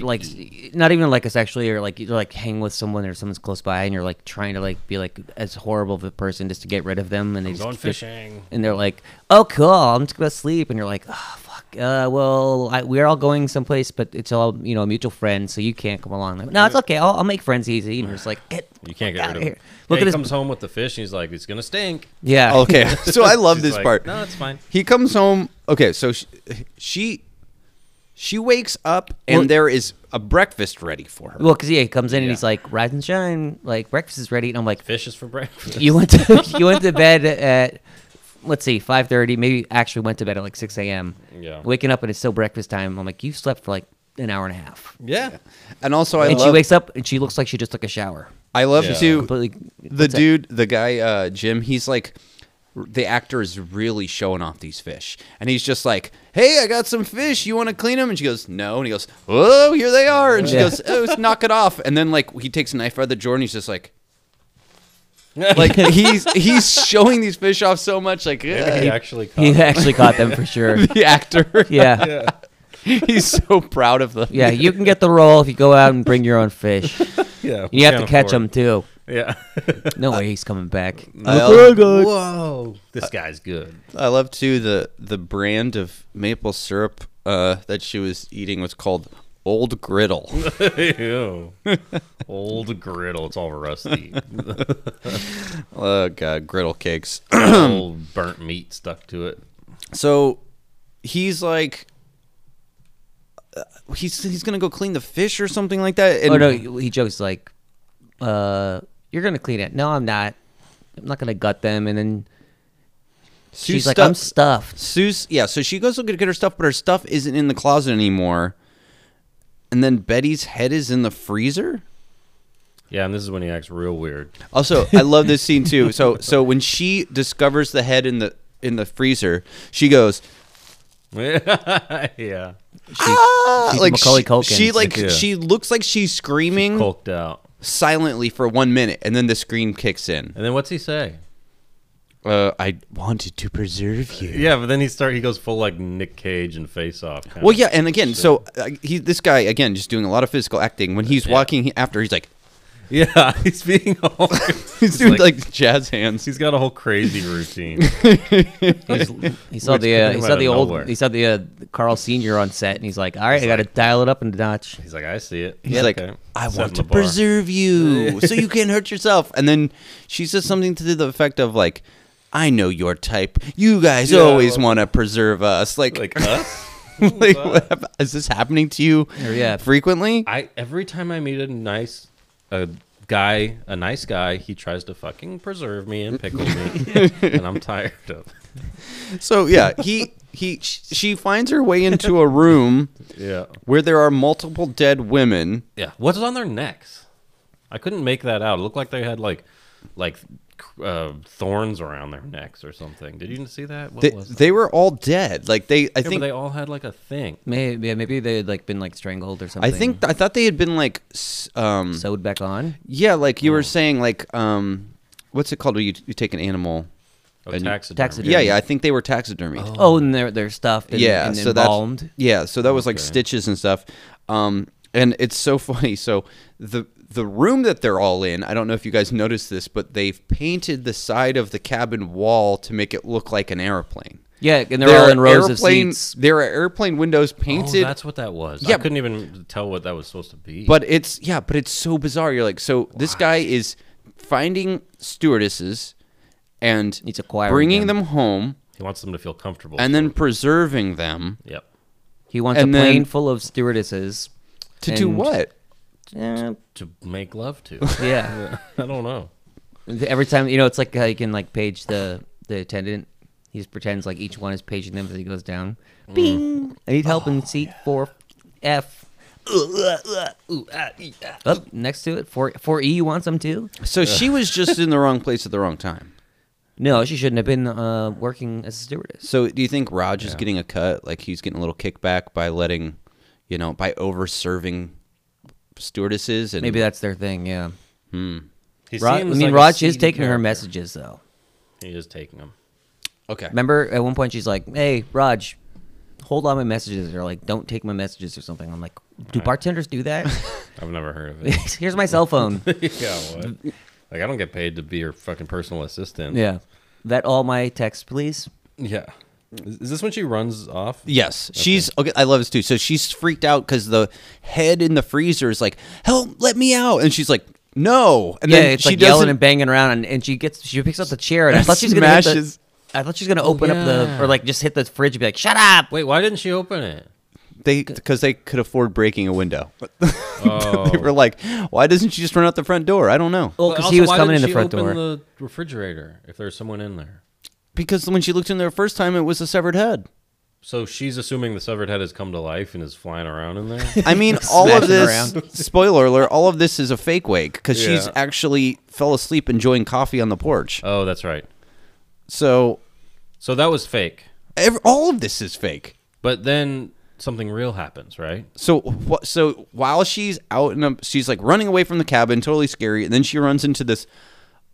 like not even like a sexually or like you're like hang with someone or someone's close by and you're like trying to like be like as horrible of a person just to get rid of them and they I'm just going keep- fishing. and they're like oh cool I'm just gonna sleep and you're like oh fuck uh, well, I, we're all going someplace, but it's all you know, mutual friends, so you can't come along. Like, no, it's okay. I'll, I'll make friends easy. And you're just like, get You can't get out rid of of here. him. Look Yeah, at he his- comes home with the fish and he's like, it's gonna stink. <laughs> <laughs> yeah. Okay, <laughs> so I love <laughs> She's this like, part. No, it's fine. He comes home. Okay, so she she, she wakes up and Well- there is a breakfast ready for her. Well, because yeah, he comes in and Yeah. he's like, "Rise and shine!" Like breakfast is ready, and I'm like, Fish is for breakfast. "You went to <laughs> you went to bed at let's see, five thirty. Maybe actually went to bed at like six a.m. Yeah. waking up and it's still breakfast time. I'm like, you slept for like an hour and a half, yeah. and also, I and love she wakes up and she looks like she just took a shower. I love Yeah. to Completely, the dude, the guy, uh, Jim, he's like, the actor is really showing off these fish. And he's just like, hey, I got some fish. You want to clean them? And she goes, no. And he goes, oh, here they are. And she Yeah. goes, oh, knock it off. And then, like, he takes a knife out of the drawer and he's just like, like he's he's showing these fish off so much, like Maybe he uh, actually caught. he it. actually caught them for sure. <laughs> the actor, <laughs> Yeah. yeah, Yeah. he's so proud of them. You can get the roll if you go out and bring your <laughs> own fish. Yeah. we You have to can't catch them afford too. it. Yeah. <laughs> No way, he's coming back. I, Whoa. This guy's good. I love too the the brand of maple syrup uh, that she was eating was called Old Griddle. Ew. <laughs> Old griddle. It's all <coughs> rusty. Oh god, griddle cakes. <clears throat> Old burnt meat stuck to it. so he's like, uh, he's he's gonna go clean the fish or something like that. And Oh no, he he jokes like, uh, "You're gonna clean it." No, I'm not. I'm not gonna gut them. And then Sue she's like, stuff- "I'm stuffed." Sue's yeah. So she goes to get her stuff, but her stuff isn't in the closet anymore. And then Betty's head is in the freezer. Yeah, and this is when he acts real weird. Also, I love this scene too. So so when she discovers the head in the in the freezer, she goes, <laughs> yeah. "Ah," she's like Macaulay she, Culkin. she like Yeah. she looks like she's screaming Colked out. silently for one minute, and then the scream kicks in. And then what's he say? Uh, I wanted to preserve you. Yeah, but then he start. He goes full like Nick Cage and Face Off. kinda. Well, yeah, and again, so uh, he this guy again just doing a lot of physical acting. When he's walking he- after, he's like <laughs> yeah. He's being all. <laughs> <laughs> he's doing like, jazz hands. He's got a whole <laughs> crazy routine. He saw Which the uh, came he out saw of the old nowhere. he saw the uh, Carl Senior on set, and he's like, "All right, I got to dial it up and notch." He's like, I see it. He's like, I want to preserve you so you can't hurt yourself. And then she says something to the effect of like, "I know your type. You guys Yeah, always well- want to preserve us." <laughs> Like, like <laughs> like, us. what hap- is this happening to you? yeah. frequently. I every time I meet a nice a guy, a nice guy, he tries to fucking preserve me and pickle <laughs> me, and I'm tired of. it. So yeah, he he sh- she finds her way into a room Yeah, where there are multiple dead women. yeah. What's on their necks? I couldn't make that out. It looked like they had like like uh, thorns around their necks or something. Did you see that? What They, was? they were all dead. Like they, I I think think they all had like a thing. Maybe yeah, maybe they had like been like strangled or I something. think I thought they had been like, s- um, sewed back on. yeah, like oh. you were saying, like, um, what's it called? Where you, you take an animal? Oh, And- taxidermy. taxidermy. Yeah, yeah. I think they were taxidermied. Oh, and their their stuff. And, yeah, and so embalmed. that's yeah, so that was like Okay. stitches and stuff. Um, and it's so <laughs> funny. So the the room that they're all in, I don't know if you guys noticed this, but they've painted the side of the cabin wall to make it look like an airplane. yeah, and they're There all are in rows of airplane- seats. There are airplane windows Oh, painted. that's what that was. Yeah, I couldn't even tell what that was supposed to be. But it's yeah, but it's so bizarre. You're like, so this guy is finding stewardesses and He's acquiring bringing them. them home he wants them to feel comfortable. and then preserving them yep. He wants and a plane then- full of stewardesses. to do And- what? Yeah, To make love <laughs> to. yeah. I don't know. Every time, you know, it's like how you can like page the the attendant. He just pretends like each one is paging them as he goes down. Mm. Bing. I need help Oh, in seat four F. uh, Up next to it, four four E. You want some too? So she was just in the wrong place at the wrong time. No, she shouldn't have been uh, working as a stewardess. So do you think Raj is getting a cut? Like he's getting a little kickback by letting, you know, by over serving stewardesses and Maybe that's their thing. Yeah. He Rod, I seems mean, like a Raj is seedy taking her character. messages though. He is taking them. okay. Remember, at one point she's like, "Hey, Raj, hold on my messages," or like, "Don't take my messages" or something. I'm like, "Do bartenders <laughs> do that?" I've never heard <laughs> of it. Here's my <laughs> cell phone. yeah, what? Like I don't get paid to be your fucking personal assistant. Yeah. Vet all my texts, please. Yeah. Is, is this when she runs off? Yes, she's okay. I love this too. So she's freaked out because the head in the freezer is like, "Help, let me out!" And she's like, "No!" And yeah, then it's she like yelling doesn't- and banging around, and, and she gets she picks up the chair, and I thought she's gonna hit the- Smashes. I thought she's gonna open up yeah. the or like just hit the fridge and be like, "Shut up!" Wait, why didn't she open it? <laughs> They because they could afford breaking a window. Oh. they were like, "Why doesn't she just run out the front door?" I don't know. But Well, because also, he was why coming in didn't the she front open door. The refrigerator, if there's someone in there. Because when she looked in there first time, it was a severed head. So she's assuming the severed head has come to life and is flying around in there. <laughs> I mean, <laughs> all of Smashing this. <laughs> Spoiler alert! All of this is a fake wake because she's Yeah. actually fell asleep enjoying coffee on the porch. oh, that's right. So So that was fake. ev all of this is fake. But then something real happens, right? So what? So while she's out and she's like running away from the cabin, totally scary, and then she runs into this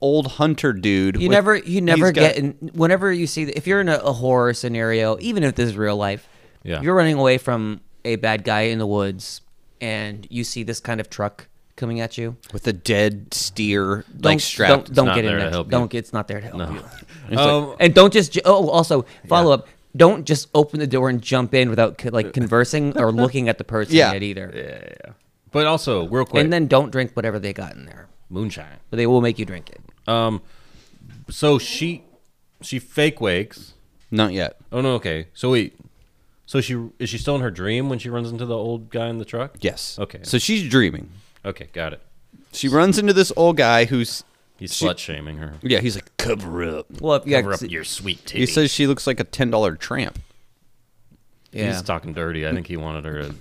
old hunter dude. You with- never, you never he's got- get in. Whenever you see, if you're in a, a horror scenario, even if this is real life, Yeah. you're running away from a bad guy in the woods, and you see this kind of truck coming at you. with a dead steer Don't- like strapped. Don't, don't not get in there to there. help you. don't get. It's not there to help you. Um, And don't just. ju- Oh, also follow up. Don't just open the door and jump in without co- like conversing <laughs> or looking at the person Yeah. yet either. but also, real quick, And then don't drink whatever they got in there, moonshine. but they will make you drink it. Um, so she she fake wakes. Not yet. Oh no, okay. So wait, so she is she still in her dream when she runs into the old guy in the truck? Yes. Okay. So she's dreaming. Okay, got it. She runs into this old guy who's He's She- slut shaming her. yeah. He's like cover up. Well, if you Cover up guys- your sweet titty. He says she looks like a ten dollar tramp. yeah. He's talking dirty. I think he wanted her to. Uh,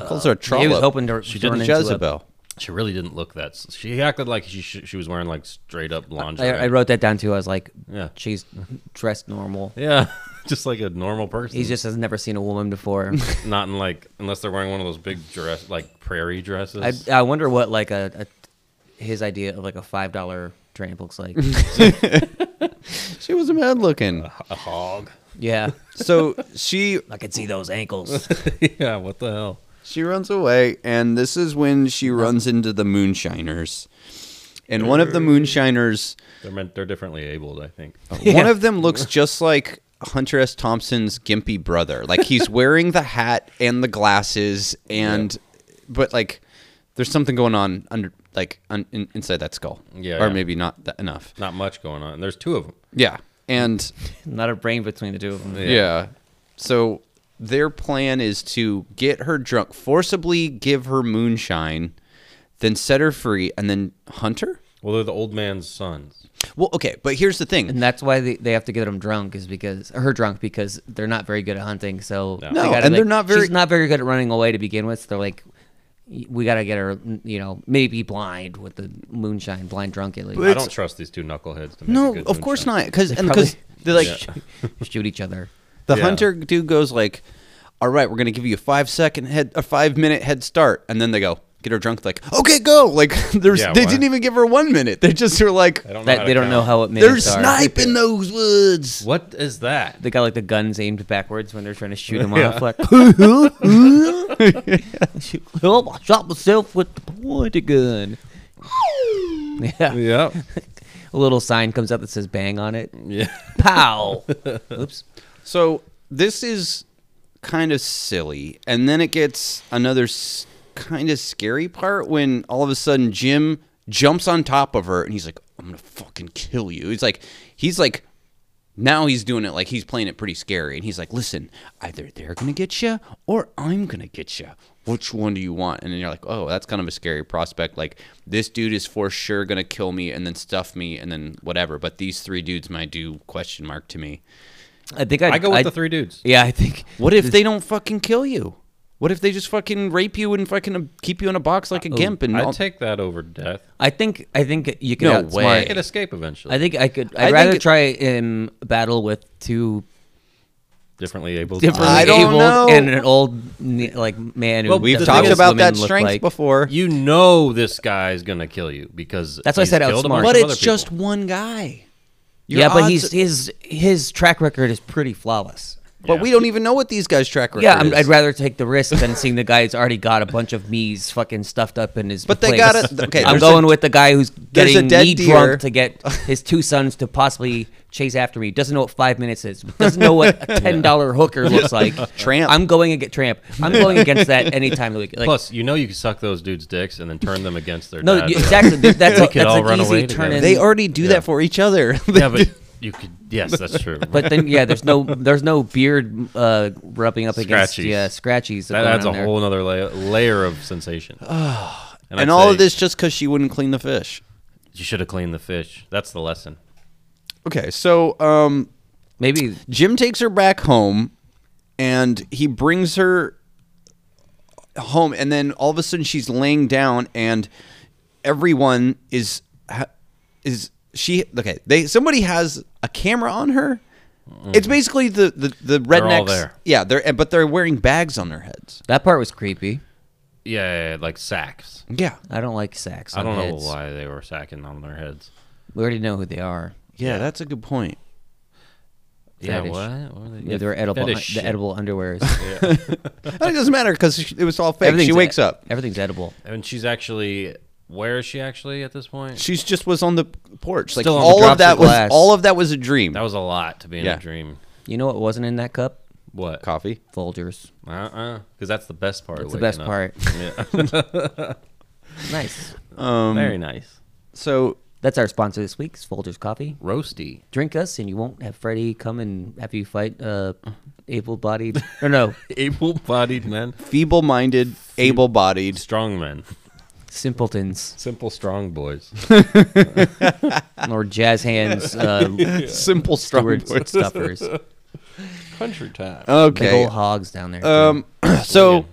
He calls her a trollop. He was hoping to She turn didn't- into a- Jezebel. She really didn't look that. s- She acted like she sh- she was wearing like straight up lingerie. I, I wrote that down too. I was like, Yeah. she's <laughs> dressed normal. Yeah, <laughs> just like a normal person. He just has never seen a woman <laughs> before. not in like unless they're wearing one of those big dress like prairie dresses. I, I wonder what like a, a his idea of like a five dollar tramp looks <laughs> like. She was mad looking. <laughs> a hog. <laughs> yeah, So she I could see those ankles. yeah, what the hell? She runs away, and this is when she runs into the moonshiners. And one of the <laughs> moonshiners, They're meant. They're differently abled. I think. one of them looks just like Hunter S. Thompson's gimpy brother. Like <laughs> he's wearing the hat and the glasses, and but like there's something going on under, like un, in, inside that skull. Yeah, or yeah. maybe not that enough. Not much going on. There's two of them. Yeah, and <laughs> Not a brain between the two of them. yeah. So their plan is to get her drunk, forcibly give her moonshine, then set her free, and then hunt her. Well, they're the old man's sons. Well, okay, but here's the thing. And that's why they, they have to get him drunk is because or her drunk because they're not very good at hunting. So they No, gotta, and they're like- not very- She's not very good at running away to begin with. So they're like, we gotta get her. You know, maybe blind with the moonshine, blind drunk at least. <laughs> I don't trust these two knuckleheads to make a no, good of course moonshine. not, because and probably- because they're like <laughs> shoot each other. the Yeah. hunter dude goes like, "All right, we're gonna give you a five second head, a five minute head start," and then they go get her drunk, like, "Okay, go!" Like <laughs> there's Yeah, they what? didn't even give her one minute. They just were like, I don't know how That to they don't know count. how it "They're minutes are. sniping those woods." What is that? They got like the guns aimed backwards when they're trying to shoot them <laughs> off. Like, <laughs> help! I shot myself with the pointy gun. <laughs> yeah. Yeah. a little sign comes up that says "bang" on it. yeah. <laughs> Pow! Oops. So this is kind of silly, and then it gets another s- kind of scary part when all of a sudden Jim jumps on top of her, and he's like, "I'm gonna fucking kill you." He's like, he's like, now he's doing it like he's playing it pretty scary, and he's like, "Listen, either they're gonna get you, or I'm gonna get you." Which one do you want? And then you're like, oh, that's kind of a scary prospect. Like, this dude is for sure going to kill me and then stuff me and then whatever. But these three dudes might do question mark to me. I think I'd, I go with I'd- the three dudes. Yeah, I think. What if they don't fucking kill you? What if they just fucking rape you and fucking uh, keep you in a box oh, like a gimp and all- I'd take that over death. I think. I think you could No outsmart. way. I could escape eventually. I think I could. I I'd rather think- try um, battle with two differently abled. different I don't abled know. and an old ne- like man. Who Well, We've The doesn't know talked thing what is- about women that look strength like. before. you know this guy's gonna kill you because That's why I he's said killed a outsmart. bunch but of it's other just people. one guy. Your Yeah, but odds- he's his his track record is pretty flawless. But we don't even know what these guys' track record Yeah, I'm, is. I'd rather take the risk than seeing the guy who's already got a bunch of me's fucking stuffed up in his. But they place. gotta- okay, I'm there's going a- with the guy who's there's a getting dead me deer. drunk to get his two sons to possibly chase after me. Doesn't know what five minutes is. Doesn't know what <laughs> a ten dollar hooker looks like. Tramp. I'm going against tramp. I'm going against that any time of the week. Like, Plus, you know you can suck those dudes' dicks and then turn them against their no, dad. you- exactly. That's a, that's could all an run away easy together. turn in. They already do that for each other. <laughs> Yeah, but you could. Yes, that's true. <laughs> But then, yeah, there's no there's no beard uh, rubbing up against Scratchies. yeah scratchies. <laughs> that going adds a on there. whole other layer, layer <sighs> of sensation. I'd and all say of this just because she wouldn't clean the fish. you should have cleaned the fish. That's the lesson. Okay, so um, Maybe Jim takes her back home, and he brings her home, and then all of a sudden she's laying down, and everyone is ha- is she okay? They somebody has a camera on her. It's basically the the the rednecks. all there. Yeah, they're but they're wearing bags on their heads. that part was creepy. Yeah, yeah, yeah, like sacks. Yeah, I don't like sacks. I on don't know heads. why they were sacking on their heads. We already know who they are. yeah, that's a good point. <laughs> Yeah, Fetish. what? what are Yeah, they're edible. fetish The shit. edible <laughs> underwears. I think it doesn't matter because it was all fake. Everything's She e- wakes up. Everything's edible. And she's actually. Where is she actually at this point? She's just was on the porch. Like Still on the all drops of of that was glass. all of that was a dream. That was a lot to be in Yeah. a dream. You know what wasn't in that cup? What? coffee. Folgers. Uh uh Because that's the best part. That's That's the best part. Yeah. <laughs> <laughs> nice. Very nice. So That's our sponsor this week. It's Folgers Coffee. Roasty. Drink us, and you won't have Freddy come and have you fight uh, Mm-hmm. <laughs> able-bodied. Or no, Able-bodied men. feeble-minded, able-bodied. Strong men. simpletons Simple strong boys. or jazz hands. <laughs> Uh, Simple Steward boy. stuffers, <laughs> Country time. big Okay. old hogs down there. Um. <clears throat> So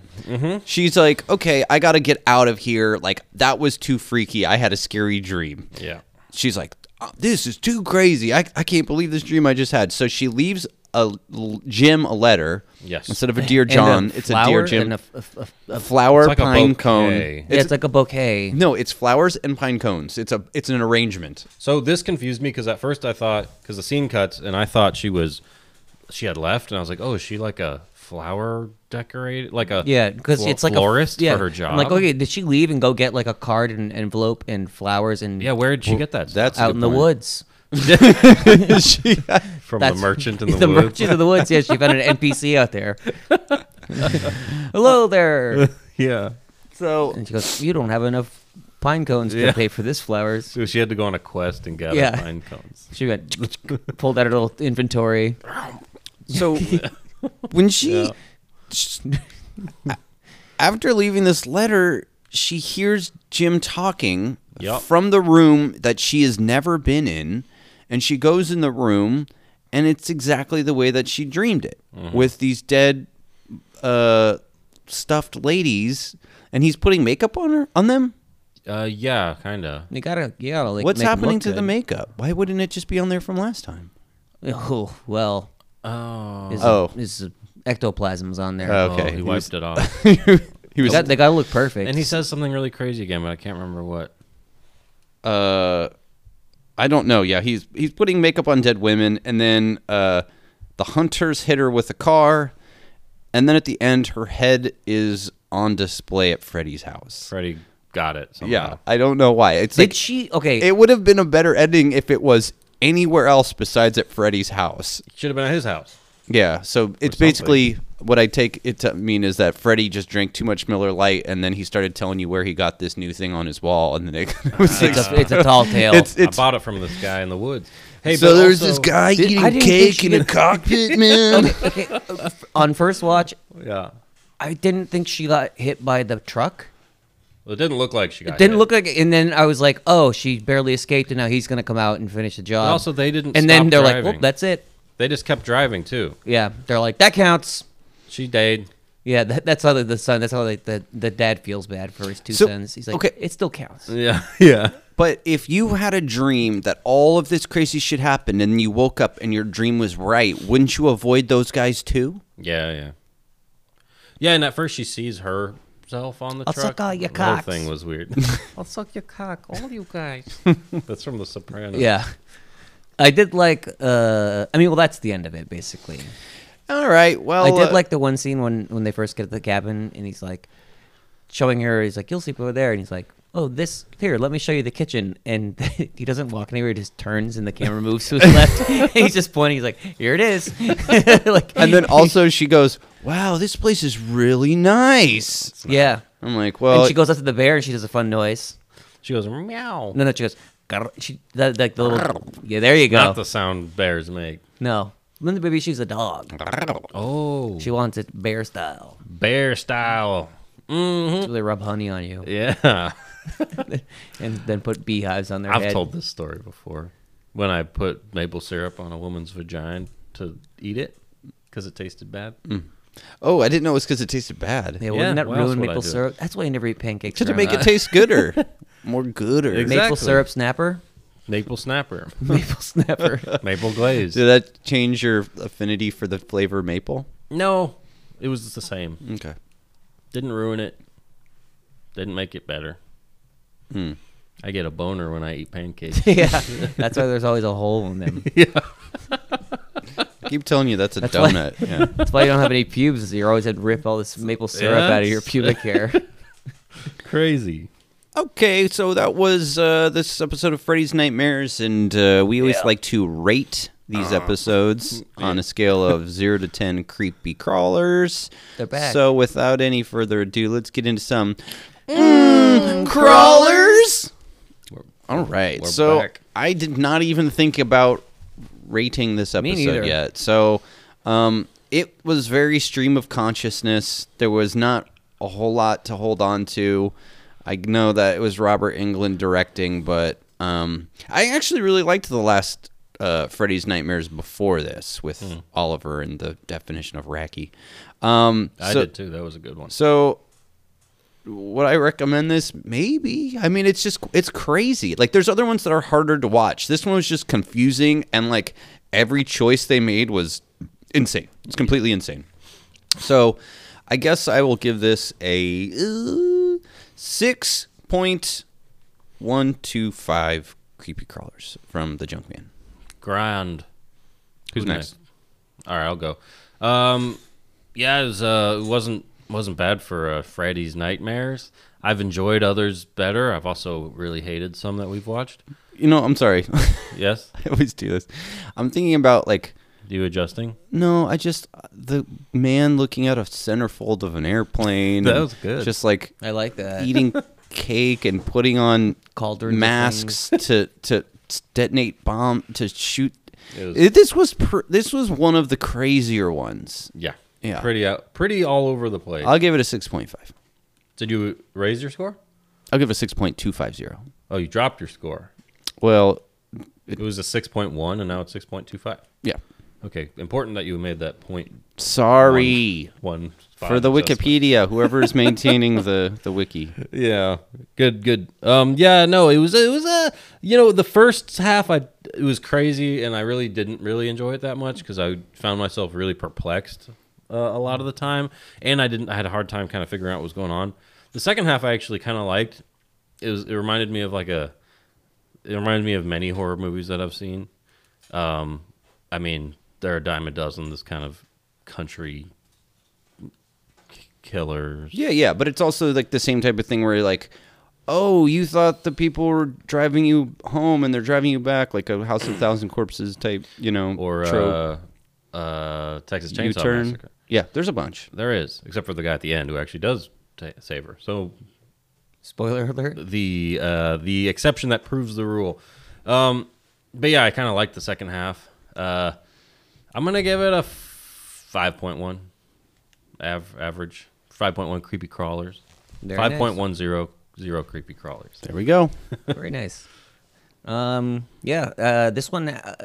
she's like, okay, I got to get out of here. Like that was too freaky. I had a scary dream. Yeah. She's like, uh, this is too crazy. I I can't believe this dream I just had. So she leaves a l- Jim a letter. Yes. Instead of a dear And John, it's a dear flower Jim. and a- a- a- a- a flower It's like a pine bouquet. cone. Yeah, yeah, it's like a bouquet. No, it's flowers and pine cones. It's a it's an arrangement. <laughs> So this confused me because at first I thought because the scene cuts and I thought she was she had left and I was like, oh, is she like a flower decorated like a Yeah, because flo- it's like florist a, yeah, for her job. I'm like, okay, did she leave and go get like a card and envelope and flowers and Yeah, where did she get that? That's a out good in the point. woods? She- stuff? from the That's merchant in the, woods. merchant in <laughs> the woods. Yeah, she found an NPC <laughs> out there. Hello there. yeah. so And she goes, you don't have enough pine cones Yeah. to pay for this flowers. So she had to go on a quest and gather Yeah. pine <laughs> cones. She went, pulled out her little inventory. so <laughs> when she sh- after leaving this letter, she hears Jim talking Yup. from the room that she has never been in, and she goes in the room, and it's exactly the way that she dreamed it, Mm-hmm. with these dead, uh, stuffed ladies, and he's putting makeup on her on them. Uh, yeah, kind of. You gotta, you gotta like. What's make 'em happening look to the good. makeup? Why wouldn't it just be on there from last <laughs> time? Oh well. Oh. Is, Oh. Is ectoplasms on there? Oh. Oh, Okay, he he wiped was- it off, He They was got, they gotta look perfect. and <laughs> he says something really crazy again, but I can't remember what. uh I don't know. Yeah, he's he's putting makeup on dead women and then uh the hunters hit her with a car and then at the end her head is on display at Freddy's house. Freddie got it. Somehow. Yeah, I don't know why. It's Did like she? Okay. it would have been a better ending if it was anywhere else besides at Freddy's house. should have been at his house. Yeah, so it's basically what I take it to mean is that Freddy just drank too much Miller Lite and then he started telling you where he got this new thing on his wall and then it <laughs> was like it's, a, it's a tall tale. it's it's I bought it from this guy in the <laughs> woods. Hey, So but there's also- this guy eating I didn't think cake she in a <laughs> did- cockpit, man. Okay, uh, f- on first watch, Yeah. I didn't think she got hit by the truck. Well, it didn't look like she got. Didn't hit. look like. And then I was like, oh, she barely escaped, and now he's gonna come out and finish the job. But also, they didn't. uh, and then stop they're like, driving. well, that's it. They just kept driving too. Yeah, they're like, that counts. She <laughs> died. Yeah, that, that's how the, the son. That's how like the, the dad feels bad for his two So, sons. He's like, okay. it still counts. Yeah, yeah. but if you had a dream that all of this crazy shit happened and you woke up and your dream was right, wouldn't you avoid those guys too? Yeah, yeah. Yeah, and at first she sees herself on the I'll truck. suck all your the whole cocks. thing was <laughs> weird. I'll suck your cock, all you guys. <laughs> That's from The Sopranos. Yeah. I did like uh I mean well that's the end of it basically. All right. Well, I did uh, like the one scene when when they first get to the cabin and he's like showing her he's like you'll sleep over there and he's like oh this here let me show you the kitchen and <laughs> he doesn't walk anywhere he just turns and <laughs> the camera moves to his left <laughs> and he's just pointing he's like here it is <laughs> like And <laughs> then also she goes, "Wow, this place is really nice." yeah I'm like, "Well, and she goes up to the bear and she does a fun noise She goes meow. no no she goes "Grr." she that, like the little yeah there you go Not the sound bears make. no Linda baby she's a dog Oh, she wants it bear style bear style. so they rub honey on you Yeah. <laughs> and then put beehives on their I've head told this story before. When I put maple syrup on a woman's vagina to eat it because it tasted bad. <laughs> oh, I didn't know it was because it tasted bad. Yeah, Yeah, wouldn't Yeah, that what else ruin would I maple do? syrup? That's why I never eat pancakes. to around make it that. taste <laughs> gooder, more gooder. Exactly. maple syrup <laughs> snapper, Maple snapper, <laughs> maple snapper. <laughs> maple glaze. Did that change your affinity for the flavor maple? No, it was the same. Okay. Didn't ruin it. Didn't make it better. Mm. I get a boner when I eat pancakes. yeah, that's why there's always a hole <laughs> in them. I keep telling you that's a That's why- donut. <laughs> Yeah. That's why you don't have any pubes. Is you always had to rip all this maple syrup out of your Yes. <laughs> pubic hair. <laughs> Crazy. Okay, so that was uh, this episode of Freddy's Nightmares, and uh, we always like to rate these Uh-huh. episodes Mm-hmm. on a scale <laughs> of zero to ten creepy crawlers. They're back. So without any further ado, let's get into some Mm, mm, crawlers. All right, we're so back. I did not even think about rating this Me episode neither. yet. So um, it was very stream of consciousness. There was not a whole lot to hold on to. I know that it was Robert England directing, but um, I actually really liked the last uh, Freddy's Nightmares before this with Hmm. Oliver and the definition of Racky. Um, I so- did too. That was a good one. so would I recommend this? Maybe. I mean, it's just it's crazy. Like there's other ones that are harder to watch. This one was just confusing and like every choice they made was insane. It's completely insane. So, I guess I will give this a uh, 6.125 creepy crawlers from the Junkman. Grand. Who's next? All right, I'll go. Um, yeah, it was, uh, it wasn't wasn't bad for uh, Freddy's Nightmares. I've enjoyed others better. I've also really hated some that we've watched. You know, I'm sorry. <laughs> Yes, I always do this. I'm thinking about like you adjusting? No, I just uh, the man looking out a centerfold of an airplane. That and was good. Just <laughs> like I like that. eating cake and putting on Cauldrons of masks to to detonate bomb to shoot. It was- It- this was pr- this was one of the crazier ones. Yeah, Yeah. Pretty out, pretty all over the place. I'll give it a six point five. Did you raise your score? I'll give it a six point two five zero. Oh, you dropped your score. Well, It was a six point one, and now it's six point two five. yeah. Okay, important that you made that point Sorry one for five the adjustment. Wikipedia. Whoever is maintaining the the wiki. Yeah, good, good. Um, yeah, no, it was, it was uh, you know, the first half, I it was crazy, and I really didn't really enjoy it that much because I found myself really perplexed uh, a lot of the time, and I didn't, I had a hard time kind of figuring out what was going on. The second half, I actually kind of liked. It was, it reminded me of like a, it reminded me of many horror movies that I've seen. Um, I mean, there are a dime a dozen. This kind of country k- killers. Yeah, yeah, but it's also like the same type of thing where you're like, oh, you thought the people were driving you home and they're driving you back, like a House of Thousand Corpses type, you know, or trope, uh, uh, Texas Chainsaw U-turn. Massacre. Yeah, there's a bunch. There is, except for the guy at the end who actually does ta save her. So Spoiler alert. the uh, the exception that proves the rule. Um, but yeah, I kind of like the second half. Uh, I'm gonna give it a five point one, av- average five point one creepy crawlers, Very nice. five point one zero zero creepy crawlers. There we go. Very nice. Um, yeah, uh, this one, uh,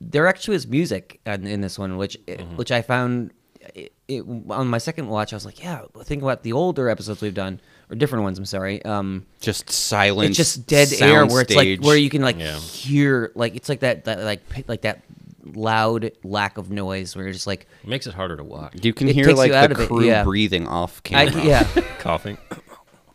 there actually was music in, in this one, which eh, which I found it, it, on my second watch. I was like, yeah, think about the older episodes we've done or different ones. I'm sorry. Um, <laughs> Just silence. it's just dead air where it's like soundstage. where you can like Yeah. hear like it's like that that like pi- like that loud lack of noise where you're just like It makes it harder to watch. You can it hear takes like you out the of it, crew yeah. breathing off I, camera. yeah Coughing.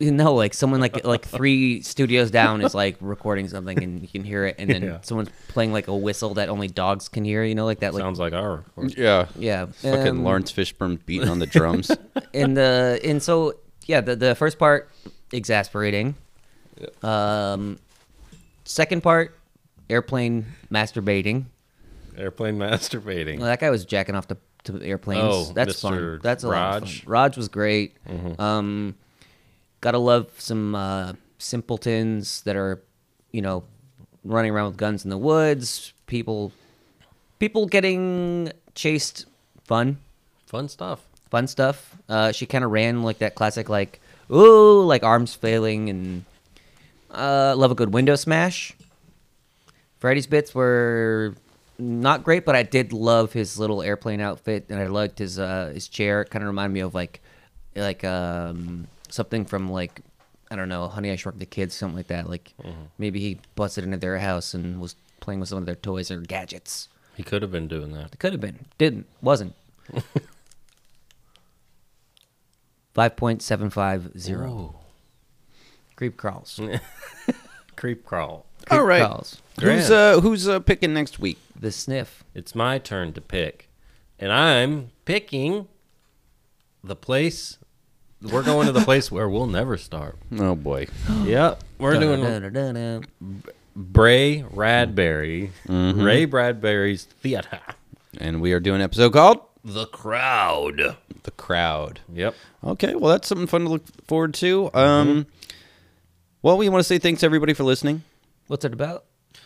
No, like someone like <laughs> like three studios down is like recording something and you can hear it, and then Yeah. someone's playing like a whistle that only dogs can hear. You know, like that. <coughs> Like Sounds like our. recording. <laughs> Yeah. yeah, Fucking um, Lawrence Fishburne beating on the <laughs> drums. And the and so yeah, the the first part exasperating. Um, second part, airplane masturbating. Airplane <laughs> masturbating. Well, that guy was jacking off to, to airplanes. Oh, that's Mr. fun. That's a lot Raj. of Mm-hmm. fun. Raj was great. Um, gotta love some uh, simpletons that are, you know, running around with guns in the woods. People, people getting chased. Fun, Fun stuff. fun stuff. Uh, she kind of ran like that classic, like ooh, like arms failing, and uh, love a good window smash. Freddy's bits were not great, but I did love his little airplane outfit, and I liked his uh, his chair. It kind of reminded me of like like um, something from like I don't know, Honey I Shrunk the Kids, something like that. Like maybe he busted into their house and was playing with some of their toys or gadgets. He could have been doing that. It could have been, didn't, wasn't. <laughs> Five point seven five zero. Ooh. Creep crawls. Creep crawl. All right. Crawls. Who's uh who's uh picking next week? The sniff. It's my turn to pick. And I'm picking the place. We're going to the place where we'll never starve. Oh <gasps> boy. Yep. We're doing Da-da-da-da-da. Bray Radbury, Mm-hmm. Ray Bradbury's theater. And we are doing an episode called The crowd. The Crowd. Yep. Okay, well that's something fun to look forward to. Mm-hmm. Um Well, we want to say thanks everybody for listening. What's it about? <laughs>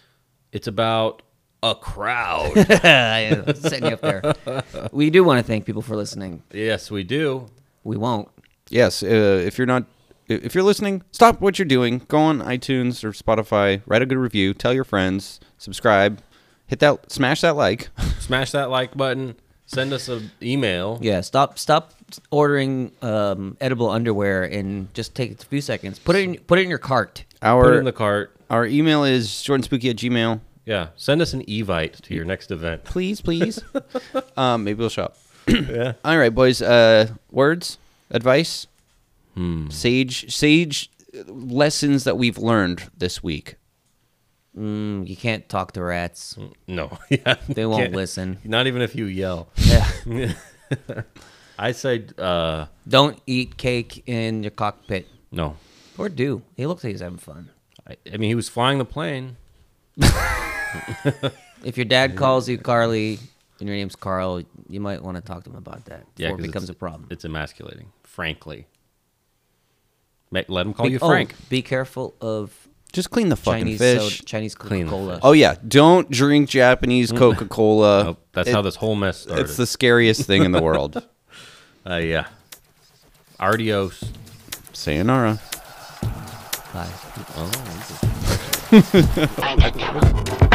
It's about a <laughs> crowd. Yeah, setting you up there. We do want to thank people for listening. yes, we do. We won't. Yes, uh, if you're not if you're listening, stop what you're doing. Go on iTunes or Spotify, write a good review, tell your friends, subscribe, hit that smash that <laughs> like. Smash that like button. Send us an email. Yeah, stop stop ordering um, edible underwear and just take a few seconds. Put it in put it in your cart. Put it Our in the cart. our email is jordanspooky at gmail. Yeah. Send us an evite to your next event. Please, <laughs> please. um, maybe we'll shop. yeah. <clears throat> All right, boys. Uh, words, advice, Hmm. sage, sage uh, lessons that we've learned this week. Mm, You can't talk to rats. No. <laughs> Yeah. They won't Can't- listen. Not even if you yell. <laughs> I say uh, Don't eat cake in your cockpit. no. Or do. He looks like he's having fun. I, I mean, he was flying the plane. If your dad calls you Carly and your name's Carl, you might want to talk to him about that Yeah, before 'cause it becomes a it's- problem. It's emasculating, frankly. Ma- let him call you oh, Frank. be careful of Just clean the fucking Chinese fish. soda, Chinese Clean the Coca-Cola. fish. Oh yeah, don't drink Japanese Coca Cola. Oh, that's how this whole mess started. It's the scariest thing in the <laughs> world. uh, yeah. Ardios. Sayonara. Bye. I don't know.